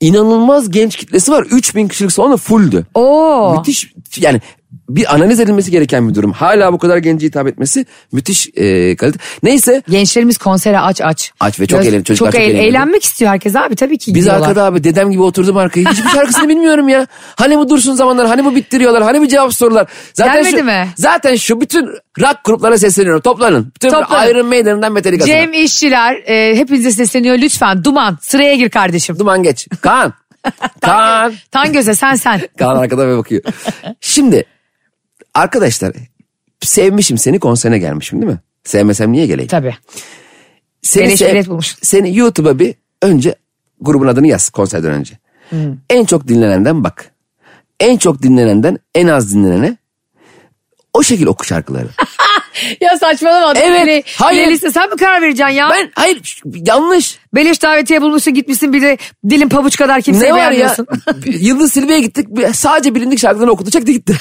Speaker 3: inanılmaz genç kitlesi var. 3000 kişilik sonra fulldü.
Speaker 2: Oo.
Speaker 3: Müthiş yani bir analiz edilmesi gereken bir durum. Hala bu kadar gence hitap etmesi müthiş e, kalite. Neyse
Speaker 2: Gençlerimiz konsere aç aç.
Speaker 3: Aç ve çok eğlen- çocuklar çok
Speaker 2: eğlen-
Speaker 3: eğleniyor.
Speaker 2: Eğlenmek istiyor herkes abi tabii ki
Speaker 3: Biz
Speaker 2: gidiyorlar.
Speaker 3: arkada abi dedem gibi oturdum arkaya. Hiçbir şarkısını bilmiyorum ya. Hani bu dursun zamanlar, hani bu bittiriyorlar, hani bu cevap sorular. Zaten
Speaker 2: Gelmedi
Speaker 3: şu,
Speaker 2: mi?
Speaker 3: Zaten şu bütün rock gruplara sesleniyorum. Toplanın. Bütün
Speaker 2: Toplanın.
Speaker 3: Iron Maiden'den Metallica'sına.
Speaker 2: Cem İşçiler e, hepinize sesleniyor lütfen. Duman sıraya gir kardeşim.
Speaker 3: Duman geç. Kaan. Kaan.
Speaker 2: Tan göze sen sen.
Speaker 3: Kaan arkada ve bakıyor. Şimdi arkadaşlar sevmişim seni konserine gelmişim değil mi? Sevmesem niye geleyim?
Speaker 2: Tabii.
Speaker 3: Seni,
Speaker 2: Beleş bilet bulmuş.
Speaker 3: seni YouTube'a bir önce grubun adını yaz konserden önce.
Speaker 2: Hmm.
Speaker 3: En çok dinlenenden bak. En çok dinlenenden en az dinlenene. O şekil oku şarkıları.
Speaker 2: Ya saçmalama. adam
Speaker 3: Evet,
Speaker 2: bile-
Speaker 3: hayır.
Speaker 2: bile liste- Sen mi karar vereceksin ya?
Speaker 3: ben hayır ş- yanlış.
Speaker 2: Beleş davetiye bulmuşsun gitmişsin bir de dilin pabuç kadar kimseye
Speaker 3: ne var ya?
Speaker 2: beğenmiyorsun.
Speaker 3: Yıldız Silve'ye gittik. bir- Sadece bilindik şarkılarını okudu. Çekti gitti.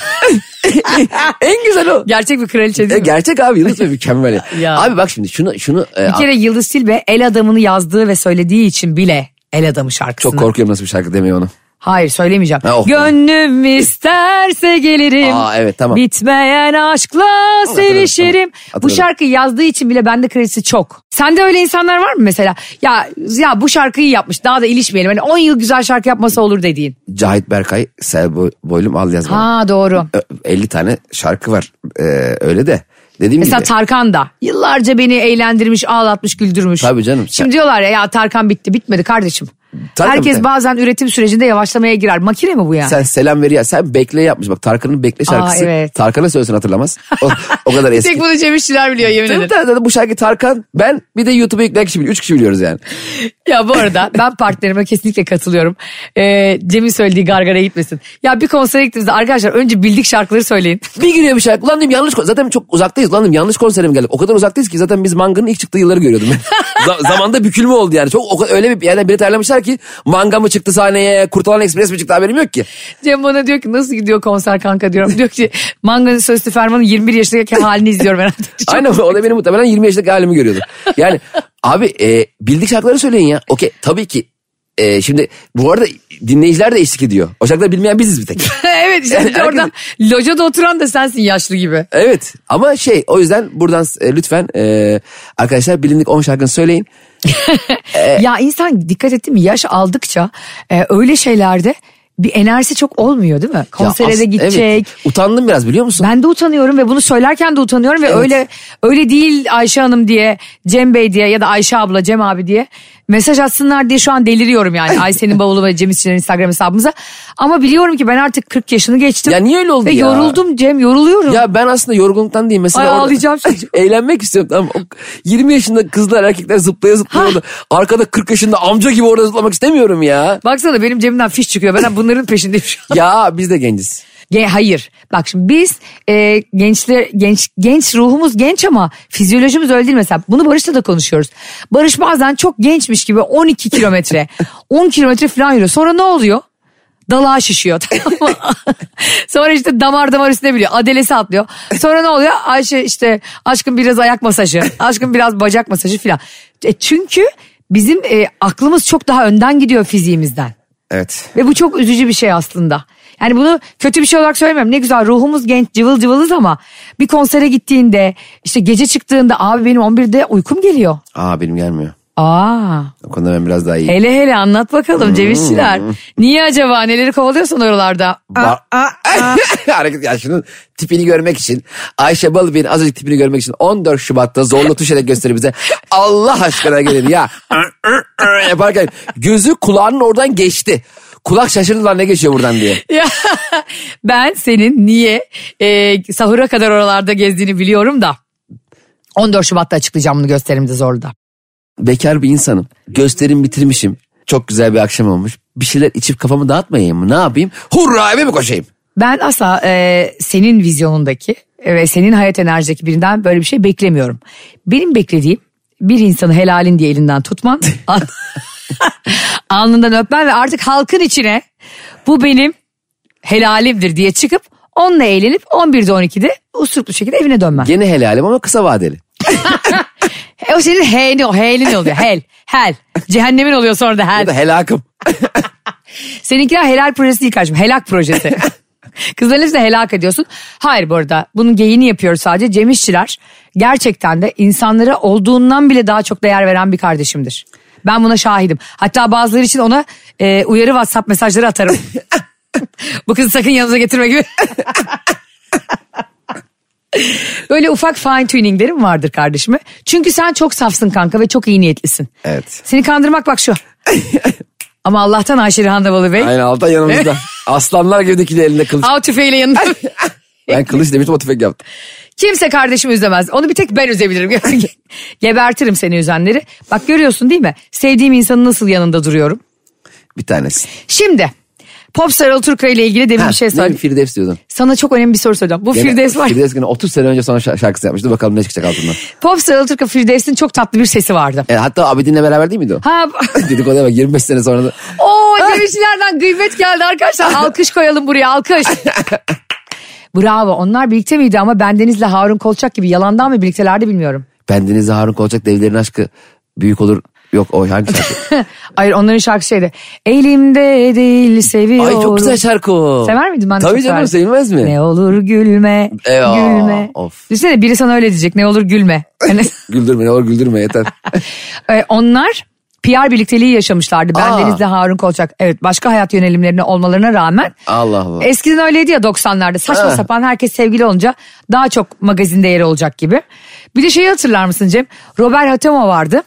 Speaker 3: en güzel o.
Speaker 2: Gerçek bir kraliçe
Speaker 3: E,
Speaker 2: değil mi?
Speaker 3: gerçek abi Yıldız Silve mükemmel.
Speaker 2: Ya.
Speaker 3: Abi bak şimdi şunu şunu e,
Speaker 2: Bir kere Yıldız Tilbe el adamını yazdığı ve söylediği için bile el adamı şarkısını.
Speaker 3: çok korkuyorum nasıl bir şarkı demeyi onu.
Speaker 2: Hayır söylemeyeceğim.
Speaker 3: Ha, oh.
Speaker 2: Gönlüm isterse gelirim.
Speaker 3: Aa, evet, tamam.
Speaker 2: Bitmeyen aşkla sevişirim. Bu
Speaker 3: Hatırladım.
Speaker 2: şarkıyı yazdığı için bile bende kredisi çok. Sende öyle insanlar var mı mesela? Ya ya bu şarkıyı yapmış daha da ilişmeyelim. Hani 10 yıl güzel şarkı yapmasa olur dediğin.
Speaker 3: Cahit Berkay, Sel Boy- Boylum al yaz bana.
Speaker 2: Ha doğru.
Speaker 3: Ö- 50 e, tane şarkı var Ee, öyle de dediğim
Speaker 2: Mesela
Speaker 3: gibi.
Speaker 2: Tarkan da yıllarca beni eğlendirmiş, ağlatmış, güldürmüş.
Speaker 3: Tabii canım.
Speaker 2: Şimdi diyorlar ya, ya Tarkan bitti, bitmedi kardeşim.
Speaker 3: Tabii,
Speaker 2: Herkes
Speaker 3: tabii.
Speaker 2: bazen üretim sürecinde yavaşlamaya girer. Makine mi bu yani?
Speaker 3: Sen selam ver ya. Sen bekle yapmış. Bak Tarkan'ın bekle şarkısı.
Speaker 2: evet.
Speaker 3: Tarkan'a söylesin hatırlamaz. O, o kadar eski.
Speaker 5: Tek bunu Cemişçiler biliyor yemin
Speaker 3: Tabii,
Speaker 5: ederim.
Speaker 3: tabii, tabii. bu şarkı Tarkan, ben bir de YouTube'a yükleyen kişi biliyor. Üç kişi biliyoruz yani.
Speaker 2: Ya bu arada ben partnerime kesinlikle katılıyorum. Ee, Cem'in söylediği gargara gitmesin. Ya bir konsere gittiğimizde arkadaşlar önce bildik şarkıları söyleyin.
Speaker 3: Bir giriyor bir şarkı. Ulan diyorum yanlış kon- Zaten çok uzaktayız. Ulan diyorum yanlış konsere mi geldik? O kadar uzaktayız ki zaten biz Manga'nın ilk çıktığı yılları görüyordum. ben. Za- zamanda bükülme oldu yani. Çok o kadar- öyle bir yerden biri terlemişler ki Manga mı çıktı sahneye, Kurtalan Express mi çıktı haberim yok ki.
Speaker 2: Cem bana diyor ki nasıl gidiyor konser kanka diyorum. Diyor ki Manga'nın sözlü Ferman'ın 21 yaşındaki halini izliyorum herhalde. Çok-
Speaker 3: Aynen o da benim muhtemelen 20 yaşındaki halimi görüyordu. Yani abi e, bildik şarkıları söyleyin ya. Okey tabii ki. E, şimdi bu arada dinleyiciler de eşlik ediyor. O şarkıları bilmeyen biziz bir tek.
Speaker 2: evet işte bir de
Speaker 3: herkes-
Speaker 2: oradan locada oturan da sensin yaşlı gibi.
Speaker 3: Evet ama şey o yüzden buradan e, lütfen e, arkadaşlar bilindik 10 şarkını söyleyin. E,
Speaker 2: Ya insan dikkat etti mi yaş aldıkça e, öyle şeylerde bir enerjisi çok olmuyor değil mi?
Speaker 3: Ya
Speaker 2: Konsere
Speaker 3: as-
Speaker 2: de gidecek.
Speaker 3: Evet, utandım biraz biliyor musun?
Speaker 2: Ben de utanıyorum ve bunu söylerken de utanıyorum ve
Speaker 3: Evet.
Speaker 2: öyle öyle değil Ayşe Hanım diye, Cem Bey diye ya da Ayşe abla, Cem abi diye mesaj atsınlar diye şu an deliriyorum yani Ayşe'nin bavulu ve Cem İşçilerin Instagram hesabımıza. Ama biliyorum ki ben artık 40 yaşını geçtim.
Speaker 3: Ya niye öyle oldu
Speaker 2: ve
Speaker 3: ya?
Speaker 2: yoruldum Cem, yoruluyorum.
Speaker 3: Ya ben aslında yorgunluktan değil mesela
Speaker 2: Ay,
Speaker 3: orada-
Speaker 2: ağlayacağım şimdi.
Speaker 3: eğlenmek istiyorum tamam. O 20 yaşında kızlar erkekler zıplaya zıplaya orada. Arkada 40 yaşında amca gibi orada zıplamak istemiyorum ya.
Speaker 2: Baksana benim cebimden fiş çıkıyor. Ben bunların peşindeyim şu an.
Speaker 3: Ya biz de genciz.
Speaker 2: Ge- hayır. Bak şimdi biz e, gençler genç genç ruhumuz genç ama fizyolojimiz öyle değil mesela. Bunu Barış'la da konuşuyoruz. Barış bazen çok gençmiş gibi 12 kilometre, 10 kilometre falan yürüyor. Sonra ne oluyor? Dalağa şişiyor tamam mı? Sonra işte damar damar üstüne biliyor. Adelesi atlıyor. Sonra ne oluyor? Ayşe işte aşkım biraz ayak masajı, aşkım biraz bacak masajı filan. E, çünkü bizim e, aklımız çok daha önden gidiyor fiziğimizden.
Speaker 3: Evet.
Speaker 2: Ve bu çok üzücü bir şey aslında. Yani bunu kötü bir şey olarak söylemiyorum. Ne güzel ruhumuz genç cıvıl cıvılız ama bir konsere gittiğinde işte gece çıktığında abi benim 11'de uykum geliyor.
Speaker 3: Aa benim gelmiyor.
Speaker 2: Aa
Speaker 3: O konuda ben biraz daha iyiyim.
Speaker 2: hele hele anlat bakalım Cevişçiler. Niye acaba neleri kovalıyorsun oralarda?
Speaker 3: Ba- Hareket ya şunun tipini görmek için Ayşe Balıbey'in azıcık tipini görmek için 14 Şubat'ta zorla tuş edek gösterimize Allah aşkına gelin ya yaparken gözü kulağının oradan geçti. Kulak şaşırdı lan ne geçiyor buradan diye.
Speaker 2: Ya, ben senin niye e, sahura kadar oralarda gezdiğini biliyorum da. 14 Şubat'ta açıklayacağım bunu gösterimde zorda.
Speaker 3: Bekar bir insanım. Gösterim bitirmişim. Çok güzel bir akşam olmuş. Bir şeyler içip kafamı dağıtmayayım mı? Ne yapayım? Hurra eve mi koşayım?
Speaker 2: Ben asla e, senin vizyonundaki ve senin hayat enerjideki birinden böyle bir şey beklemiyorum. Benim beklediğim bir insanı helalin diye elinden tutman, al- alnından öpmen ve artık halkın içine bu benim helalimdir diye çıkıp onunla eğlenip 11'de 12'de usurplu şekilde evine dönmen.
Speaker 3: Gene helalim ama kısa vadeli.
Speaker 2: E, o senin heyni, o heylin oluyor. Hel, hel. Cehennemin oluyor sonra da
Speaker 3: Ya
Speaker 2: hel.
Speaker 3: da helakım.
Speaker 2: Seninkiler helal projesi değil kardeşim. Helak projesi. Kızların hepsini helak ediyorsun. Hayır bu arada bunun geyini yapıyoruz sadece. Cem İşçiler gerçekten de insanlara olduğundan bile daha çok değer veren bir kardeşimdir. Ben buna şahidim. Hatta bazıları için ona e, uyarı WhatsApp mesajları atarım. bu kızı sakın yanınıza getirme gibi. Böyle ufak fine tuninglerim vardır kardeşime. Çünkü sen çok safsın kanka ve çok iyi niyetlisin.
Speaker 3: Evet.
Speaker 2: Seni kandırmak bak şu. Ama Allah'tan Ayşe Rihan Davalı Bey.
Speaker 3: Aynen Altan yanımızda. Aslanlar gibi dikili elinde kılıç.
Speaker 2: Av tüfeğiyle yanında.
Speaker 3: Ben kılıç demiştim o tüfek yaptı.
Speaker 2: Kimse kardeşimi üzemez. Onu bir tek ben üzebilirim. Gebertirim seni üzenleri. Bak görüyorsun değil mi? Sevdiğim insanın nasıl yanında duruyorum.
Speaker 3: Bir tanesi.
Speaker 2: Şimdi Popstar Alaturka ile ilgili demin
Speaker 3: Ha,
Speaker 2: bir şey
Speaker 3: ne
Speaker 2: söyleyeyim.
Speaker 3: Firdevs diyordun.
Speaker 2: Sana çok önemli bir soru soracağım. Bu
Speaker 3: Gene-
Speaker 2: Firdevs var.
Speaker 3: Firdevs gene 30 sene önce sonra şa- şarkısını yapmıştı. Bakalım ne çıkacak altından.
Speaker 2: Popstar Alaturka Firdevs'in çok tatlı bir sesi vardı.
Speaker 3: E, hatta Abidin'le beraber değil miydi o?
Speaker 2: Ha,
Speaker 3: Dedikoduya bak 25 sene sonra da.
Speaker 2: o demişlerden gıybet geldi arkadaşlar. Alkış koyalım buraya alkış. Bravo onlar birlikte miydi ama bendenizle Harun Kolçak gibi yalandan mı birliktelerdi bilmiyorum.
Speaker 3: Bendenize Harun Kolçak devlerin aşkı büyük olur. Yok o hangi şarkı?
Speaker 2: Hayır onların şarkı şeydi. Elimde değil seviyorum.
Speaker 3: Ay çok güzel şarkı o.
Speaker 2: Sever miydin? Ben de
Speaker 3: Tabii
Speaker 2: çok severdim.
Speaker 3: canım sevilmez mi?
Speaker 2: Ne olur gülme,
Speaker 3: Eyvah,
Speaker 2: gülme.
Speaker 3: of.
Speaker 2: Düşünsene biri sana öyle diyecek. Ne olur gülme. Yani,
Speaker 3: Güldürme ne olur güldürme yeter.
Speaker 2: e, onlar PR birlikteliği yaşamışlardı. Ben
Speaker 3: Aa.
Speaker 2: Deniz'le Harun Kolçak. Evet başka hayat yönelimlerine olmalarına rağmen.
Speaker 3: Allah Allah.
Speaker 2: Eskiden öyleydi ya 90'larda. Saçma
Speaker 3: Ha.
Speaker 2: sapan herkes sevgili olunca daha çok magazinde yer olacak gibi. Bir de şeyi hatırlar mısın Cem? Robert Hatemo vardı.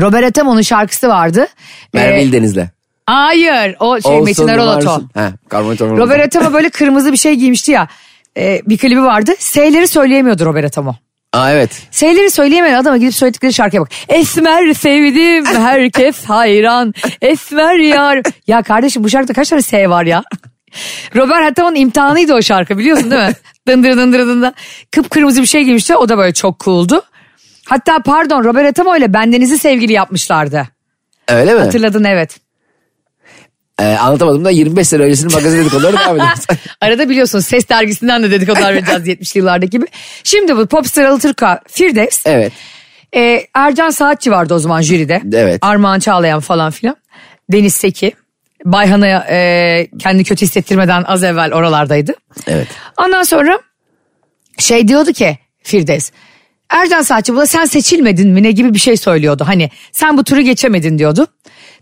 Speaker 2: Robert Atamo'nun şarkısı vardı.
Speaker 3: Merve
Speaker 2: Ee,
Speaker 3: İldeniz'le.
Speaker 2: hayır o şey
Speaker 3: Olsun
Speaker 2: Metin Arolato.
Speaker 3: varsın. Ha, Carmen Arolato.
Speaker 2: Robert Atamo böyle kırmızı bir şey giymişti ya. Ee, bir klibi vardı. S'leri söyleyemiyordu Robert Atamo.
Speaker 3: Aa evet.
Speaker 2: S'leri söyleyemeyen adama gidip söyledikleri şarkıya bak. Esmer sevdim herkes hayran. Esmer yar. Ya kardeşim bu şarkıda kaç tane S var ya? Robert Hatamo'nun imtihanıydı o şarkı biliyorsun değil mi? dındır dındır dındır. Kıpkırmızı bir şey giymişti o da böyle çok cool'du. Hatta pardon Robert Atamo ile Bendeniz'i sevgili yapmışlardı.
Speaker 3: Öyle mi?
Speaker 2: Hatırladın evet.
Speaker 3: Ee, anlatamadım da 25 sene öncesinin magazin dedikoduları devam ediyoruz.
Speaker 2: Arada biliyorsun ses dergisinden de dedikodular vereceğiz 70'li yıllardaki gibi. Şimdi bu Popstar Alaturka Firdevs.
Speaker 3: evet.
Speaker 2: Ee, Ercan Saatçi vardı o zaman jüride.
Speaker 3: Evet.
Speaker 2: Armağan Çağlayan falan filan. Deniz Seki. Bayhan'a e, kendi kötü hissettirmeden az evvel oralardaydı.
Speaker 3: Evet.
Speaker 2: Ondan sonra şey diyordu ki Firdevs. Ercan Saatçi bu da sen seçilmedin mi ne gibi bir şey söylüyordu. Hani sen bu turu geçemedin diyordu.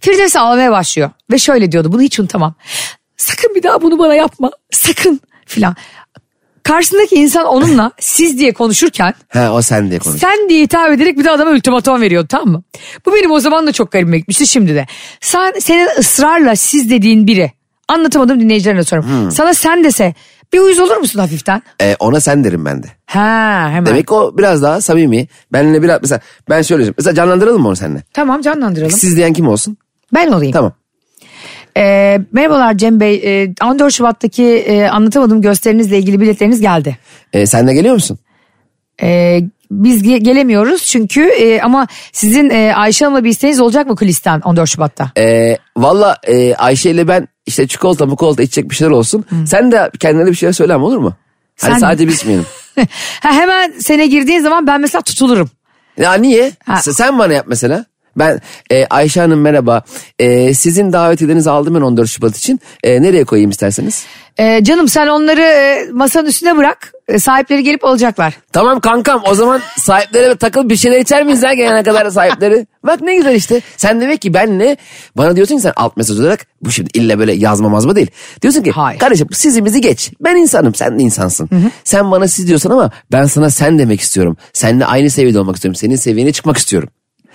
Speaker 2: Firdevs ağlamaya başlıyor. Ve şöyle diyordu bunu hiç unutamam. Sakın bir daha bunu bana yapma. Sakın filan. Karşısındaki insan onunla siz diye konuşurken
Speaker 3: Ha o sen diye konuş.
Speaker 2: sen diye hitap ederek bir de adama ultimatom veriyordu tamam mı? Bu benim o zaman da çok garibime gitmişti şimdi de. Sen, senin ısrarla siz dediğin biri. Anlatamadım dinleyicilerine soruyorum. Sana sen dese bir uyuz olur musun hafiften?
Speaker 3: Ee, ona sen derim ben de.
Speaker 2: Ha hemen.
Speaker 3: Demek ki o biraz daha samimi. Benle biraz mesela ben şöyle diyeceğim. Mesela canlandıralım mı onu seninle?
Speaker 2: Tamam canlandıralım.
Speaker 3: Siz diyen kim olsun?
Speaker 2: Ben olayım.
Speaker 3: Tamam.
Speaker 2: Ee, merhabalar Cem Bey. Ee, 14 Şubat'taki e, anlatamadığım gösterinizle ilgili biletleriniz geldi.
Speaker 3: Ee, sen de geliyor musun?
Speaker 2: Ee, biz ge- gelemiyoruz çünkü e, ama sizin e, Ayşe Hanım'la bir isteğiniz olacak mı kulisten 14 Şubat'ta?
Speaker 3: Ee, Valla e, Ayşe ile ben işte çikolata mukolata içecek bir şeyler olsun. Sen de kendine bir şeyler söyle ama olur mu? Hani
Speaker 2: Hmm. Sen-
Speaker 3: sadece biz miyim?
Speaker 2: ha, hemen sene girdiğin zaman ben mesela tutulurum.
Speaker 3: Ya niye?
Speaker 2: Ha.
Speaker 3: S- Sen bana yap mesela. Ben e, Ayşe Hanım merhaba. E, sizin davetiyenizi aldım ben 14 Şubat için. E, nereye koyayım isterseniz?
Speaker 2: Ee, canım sen onları e, masanın üstüne bırak. E, sahipleri gelip alacaklar.
Speaker 3: Tamam kankam o zaman sahiplere takıl bir şeyler içer miyiz ya gelene kadar sahipleri? Bak ne güzel işte. Sen demek ki benle bana diyorsun ki sen alt mesaj olarak bu şimdi illa böyle yazma mazma değil. Diyorsun ki
Speaker 2: Hayır.
Speaker 3: kardeşim sizimizi geç. Ben insanım sen de insansın. Sen bana siz diyorsun ama ben sana sen demek istiyorum. Seninle aynı seviyede olmak istiyorum. Senin seviyene çıkmak istiyorum.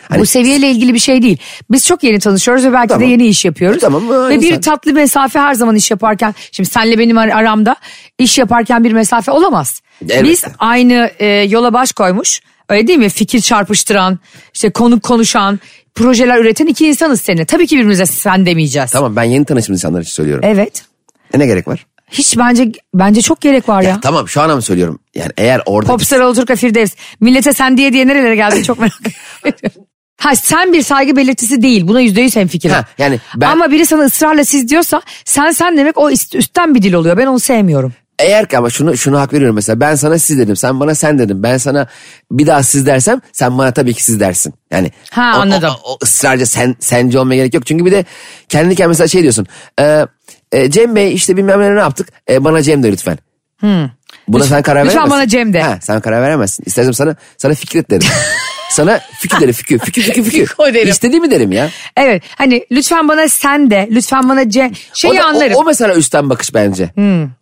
Speaker 3: Hani
Speaker 2: Bu seviyeyle ilgili bir şey değil. Biz çok yeni tanışıyoruz ve belki
Speaker 3: Tamam. E,
Speaker 2: de yeni iş yapıyoruz.
Speaker 3: Tamam, aynı
Speaker 2: ve bir
Speaker 3: sen.
Speaker 2: tatlı mesafe her zaman iş yaparken, şimdi senle benim ar- aramda iş yaparken bir mesafe olamaz.
Speaker 3: Elbette.
Speaker 2: Biz aynı e, yola baş koymuş, öyle değil mi? Fikir çarpıştıran, işte konuk konuşan, projeler üreten iki insanız seninle. Tabii ki birbirimize sen demeyeceğiz.
Speaker 3: tamam ben yeni tanıştığım insanlar için söylüyorum.
Speaker 2: Evet.
Speaker 3: E, ne gerek var?
Speaker 2: Hiç bence bence çok gerek var ya.
Speaker 3: Ya tamam şu an ama söylüyorum. Yani eğer orada
Speaker 2: Popstar Alaturka Firdevs. Millete sen diye diye nerelere geldi çok merak ediyorum. Ha sen bir saygı belirtisi değil. Buna yüzde yüz hemfikirim.
Speaker 3: Ha, yani ben-
Speaker 2: Ama biri sana ısrarla siz diyorsa sen sen demek o ist- üstten bir dil oluyor. Ben onu sevmiyorum.
Speaker 3: eğer ki ama şunu şunu hak veriyorum mesela ben sana siz dedim sen bana sen dedim ben sana bir daha siz dersem sen bana tabii ki siz dersin. Yani
Speaker 2: Ha,
Speaker 3: o- o-
Speaker 2: anladım.
Speaker 3: O, ısrarca sen sence olmaya gerek yok çünkü bir de kendi kendine mesela şey diyorsun. E, e, Cem Bey işte bilmem ne ne yaptık e, bana Cem de lütfen. Buna sen karar
Speaker 2: Hmm. lütfen
Speaker 3: veremezsin.
Speaker 2: bana Cem de.
Speaker 3: Ha, sen karar veremezsin. İstersen sana sana Fikret derim. sana Fikü derim Fikü. Fikü Fikü Fikü.
Speaker 2: Fiko derim.
Speaker 3: İstediğimi derim ya.
Speaker 2: Evet hani lütfen bana sen de lütfen bana C şeyi
Speaker 3: o, da- o-
Speaker 2: anlarım. Hmm.
Speaker 3: O, mesela üstten bakış bence.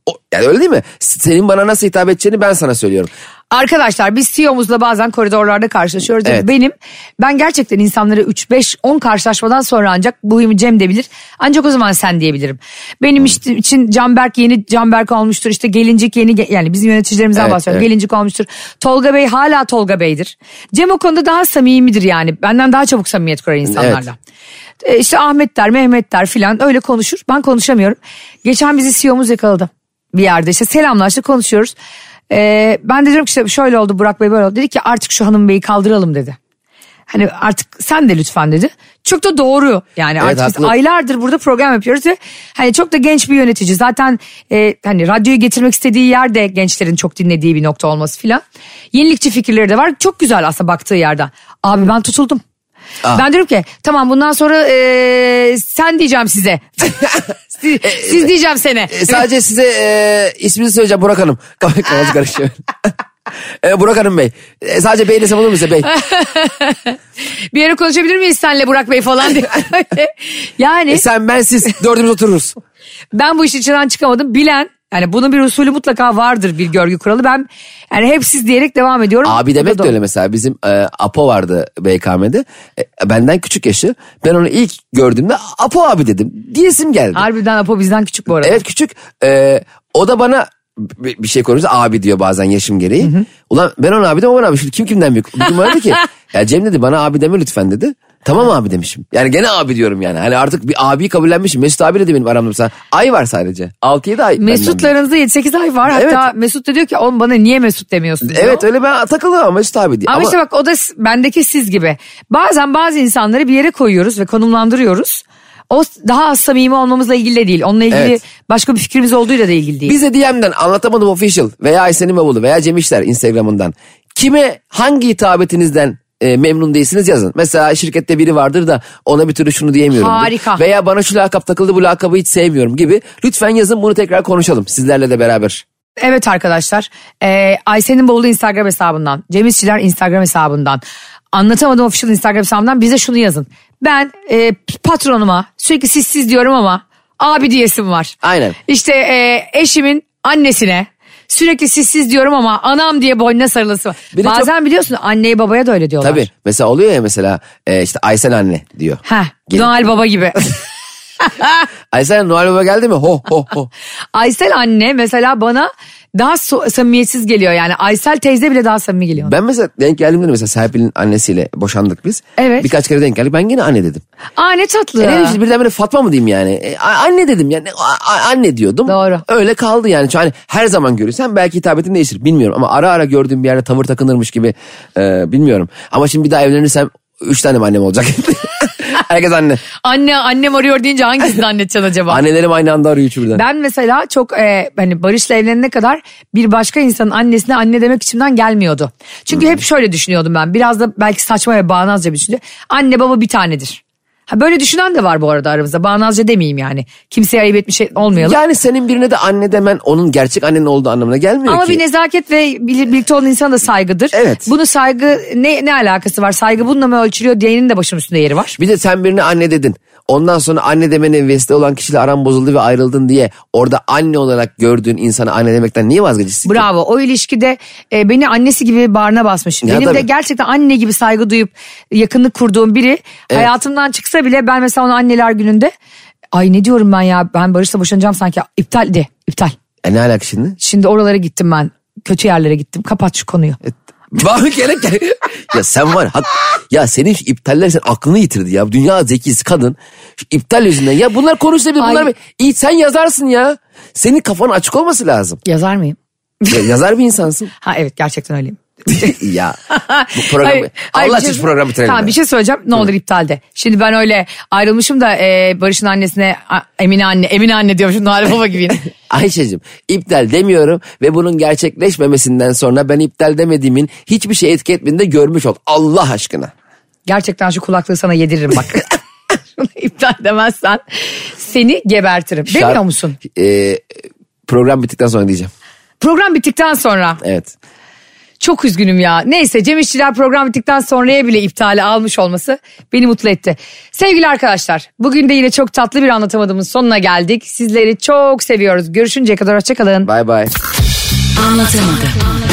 Speaker 3: O, yani öyle değil mi? S- Senin bana nasıl hitap edeceğini ben sana söylüyorum.
Speaker 2: Arkadaşlar biz CEO'muzla bazen koridorlarda karşılaşıyoruz.
Speaker 3: Evet.
Speaker 2: Benim ben gerçekten insanlara 3 5 10 karşılaşmadan sonra ancak bu Cem de bilir. Ancak o zaman sen diyebilirim.
Speaker 3: Hmm.
Speaker 2: Benim işte için Canberk yeni Canberk olmuştur. İşte gelincik yeni ge- yani bizim yöneticilerimizden
Speaker 3: Evet,
Speaker 2: bahsediyorum.
Speaker 3: evet.
Speaker 2: Gelincik olmuştur. Tolga Bey hala Tolga Bey'dir. Cem o konuda daha samimidir yani. Benden daha çabuk samimiyet kurar insanlarla. E, İşte Ahmet der, Mehmet der filan öyle konuşur. Ben konuşamıyorum. Geçen bizi CEO'muz yakaladı bir yerde işte selamlaştık konuşuyoruz. E, ben de diyorum ki işte şöyle oldu Burak Bey böyle oldu. Dedi ki artık şu hanım beyi kaldıralım dedi. Hani artık sen de lütfen dedi. Çok da doğru yani artık biz
Speaker 3: haklı.
Speaker 2: aylardır burada program yapıyoruz ve hani çok da genç bir yönetici. Zaten e, hani radyoyu getirmek istediği yer de gençlerin çok dinlediği bir nokta olması filan. Yenilikçi fikirleri de var. Çok güzel aslında baktığı yerden. Abi ben tutuldum. Ben diyorum ki tamam bundan sonra e, sen diyeceğim size. siz, siz diyeceğim sene.
Speaker 3: E, sadece size e, isminizi söyleyeceğim Burak Hanım. Kafası karışıyor. E, Burak Hanım Bey. E, sadece Bey desem olur mu size Bey?
Speaker 2: Bir yere konuşabilir miyiz senle Burak Bey falan diye. yani
Speaker 3: E, sen ben siz e, dördümüz otururuz.
Speaker 2: ben bu işin içinden çıkamadım. Bilen Yani bunun bir usulü mutlaka vardır bir görgü kuralı. Ben yani hep siz diyerek devam ediyorum.
Speaker 3: Abi demek
Speaker 2: Bu da
Speaker 3: de öyle
Speaker 2: doğru.
Speaker 3: mesela bizim e, Apo vardı BKM'de. E, benden küçük yaşı. Ben onu ilk gördüğümde Apo abi dedim. Diyesim geldi.
Speaker 2: Harbiden Apo bizden küçük bu arada.
Speaker 3: Evet küçük. Ee, o da bana bi- bir şey konuşuyor. Abi diyor bazen yaşım gereği. Ulan ben ona abi dedim o bana abi. Şimdi kim kimden büyük? Bir gün bana dedi ki. Ya Cem dedi bana abi deme lütfen dedi. Tamam abi demişim. Yani gene abi diyorum yani. Hani artık bir abiyi kabullenmişim. Mesut abiyle de benim aramda mesela ay var sadece. 6-7 ay. benden büyük.
Speaker 2: Mesut'larınızda 7-8 ay var. Hatta
Speaker 3: Evet.
Speaker 2: Mesut da diyor ki oğlum bana niye Mesut demiyorsun? diyor.
Speaker 3: Evet öyle ben takılıyorum ama Mesut abi diye.
Speaker 2: Ama,
Speaker 3: Ama,
Speaker 2: işte bak o da s- bendeki siz gibi. Bazen bazı insanları bir yere koyuyoruz ve konumlandırıyoruz. O s- daha az samimi olmamızla ilgili de değil. Onunla ilgili
Speaker 3: Evet.
Speaker 2: başka bir fikrimiz olduğuyla da ilgili değil.
Speaker 3: bize DM'den anlatamadım official veya Aysen'in bavulu veya Cem İşler Instagram'ından. Kime hangi hitabetinizden e, memnun değilsiniz yazın. Mesela şirkette biri vardır da ona bir türlü şunu diyemiyorum.
Speaker 2: Harika.
Speaker 3: Veya bana şu lakap takıldı bu lakabı hiç sevmiyorum gibi. Lütfen yazın bunu tekrar konuşalım sizlerle de beraber.
Speaker 2: Evet arkadaşlar. Ee, Aysen'in Bavulu Instagram hesabından, Cem İşçiler Instagram hesabından, Anlatamadım Official Instagram hesabından bize şunu yazın. Ben e, patronuma sürekli siz siz diyorum ama abi diyesim var.
Speaker 3: Aynen.
Speaker 2: İşte e, eşimin annesine sürekli siz siz diyorum ama anam diye boynuna sarılası var.
Speaker 3: Bir de çok-
Speaker 2: Bazen biliyorsun anneye babaya da öyle diyorlar.
Speaker 3: Tabii mesela oluyor ya mesela e, işte Aysen anne diyor.
Speaker 2: Heh,
Speaker 3: Gelin.
Speaker 2: Noel Baba gibi.
Speaker 3: Aysen Noel Baba geldi mi? Ho ho ho.
Speaker 2: Aysel anne mesela bana daha so- samimiyetsiz geliyor yani. Aysel teyze bile daha samimi geliyor.
Speaker 3: Ben mesela denk geldiğimde de mesela Serpil'in annesiyle boşandık biz.
Speaker 2: Evet.
Speaker 3: Birkaç kere denk geldik. Ben yine anne dedim.
Speaker 2: Aa ne tatlı.
Speaker 3: E ne bileyim, birdenbire Fatma mı diyeyim yani? E, a- anne dedim yani a- a- anne diyordum.
Speaker 2: Doğru.
Speaker 3: Öyle kaldı yani. Çünkü hani her zaman görürsen belki hitabetin değişir bilmiyorum. Ama ara ara gördüğüm bir yerde tavır takınırmış gibi e, bilmiyorum. Ama şimdi bir daha evlenirsem üç tane mi annem olacak. Herkes anne.
Speaker 2: Anne annem arıyor deyince hangisini zannedeceksin acaba?
Speaker 3: Annelerim aynı anda arıyor üçü birden.
Speaker 2: Ben mesela çok e, hani Barış'la evlenene kadar bir başka insanın annesine anne demek içimden gelmiyordu. Çünkü
Speaker 3: Hmm.
Speaker 2: hep şöyle düşünüyordum ben. Biraz da belki saçma ve bağnazca bir düşünce. Anne baba bir tanedir. Ha böyle düşünen de var bu arada aramızda. Bağnazca demeyeyim yani. Kimseye ayıp etmiş şey olmayalım.
Speaker 3: Yani senin birine de anne demen onun gerçek annenin olduğu anlamına gelmiyor
Speaker 2: Ama
Speaker 3: ki.
Speaker 2: bir nezaket ve bir- birlikte olan insana da saygıdır.
Speaker 3: Evet.
Speaker 2: Bunu saygı ne ne alakası var? Saygı bununla mı ölçülüyor diyenin de başımın üstünde yeri var.
Speaker 3: Bir de sen birine anne dedin. Ondan sonra anne demene vesile olan kişiyle aran bozuldu ve ayrıldın diye orada anne olarak gördüğün insana anne demekten niye vazgeçirsin? ki?
Speaker 2: Bravo o ilişkide e, beni annesi gibi bağrına basmış.
Speaker 3: Ya
Speaker 2: Benim de
Speaker 3: tabii.
Speaker 2: gerçekten anne gibi saygı duyup yakınlık kurduğum biri hayatımdan çıksa bile ben mesela ona anneler gününde ay ne diyorum ben ya ben Barış'la boşanacağım sanki iptal de iptal.
Speaker 3: E ne alaka şimdi?
Speaker 2: Şimdi oralara gittim ben kötü yerlere gittim kapat şu konuyu.
Speaker 3: Bak gerek ya sen var ya, hak, ya senin şu iptaller sen aklını yitirdi ya. Dünya zekisi kadın. Şu iptal yüzünden ya bunlar konuşulabilir
Speaker 2: Ay.
Speaker 3: bunlar bir- iyi sen yazarsın ya. Senin kafan açık olması lazım.
Speaker 2: Yazar mıyım?
Speaker 3: Ya, yazar bir insansın.
Speaker 2: Ha evet gerçekten öyleyim.
Speaker 3: ya bu programı
Speaker 2: Hayır, hayır,
Speaker 3: Allah
Speaker 2: bir şey-
Speaker 3: için şu programı bitirelim.
Speaker 2: Tamam
Speaker 3: ya.
Speaker 2: bir şey söyleyeceğim ne olur iptal de. Şimdi ben öyle ayrılmışım da e, Barış'ın annesine a, Emine anne Emine anne diyormuşum Nare Baba gibiyim.
Speaker 3: Ayşe'cim iptal demiyorum ve bunun gerçekleşmemesinden sonra ben iptal demediğimin hiçbir şey etki etmediğini de görmüş ol. Allah aşkına.
Speaker 2: Gerçekten şu kulaklığı sana yediririm bak. Şunu iptal demezsen seni gebertirim. Demiyor
Speaker 3: Şar-
Speaker 2: musun?
Speaker 3: Ee, program bittikten sonra diyeceğim.
Speaker 2: Program bittikten sonra.
Speaker 3: Evet.
Speaker 2: Çok üzgünüm ya. Neyse Cem İşçiler program bittikten sonraya bile iptali almış olması beni mutlu etti. Sevgili arkadaşlar bugün de yine çok tatlı bir anlatamadığımın sonuna geldik. Sizleri çok seviyoruz. Görüşünceye kadar hoşçakalın.
Speaker 3: Bay bay.
Speaker 4: Anlatamadım.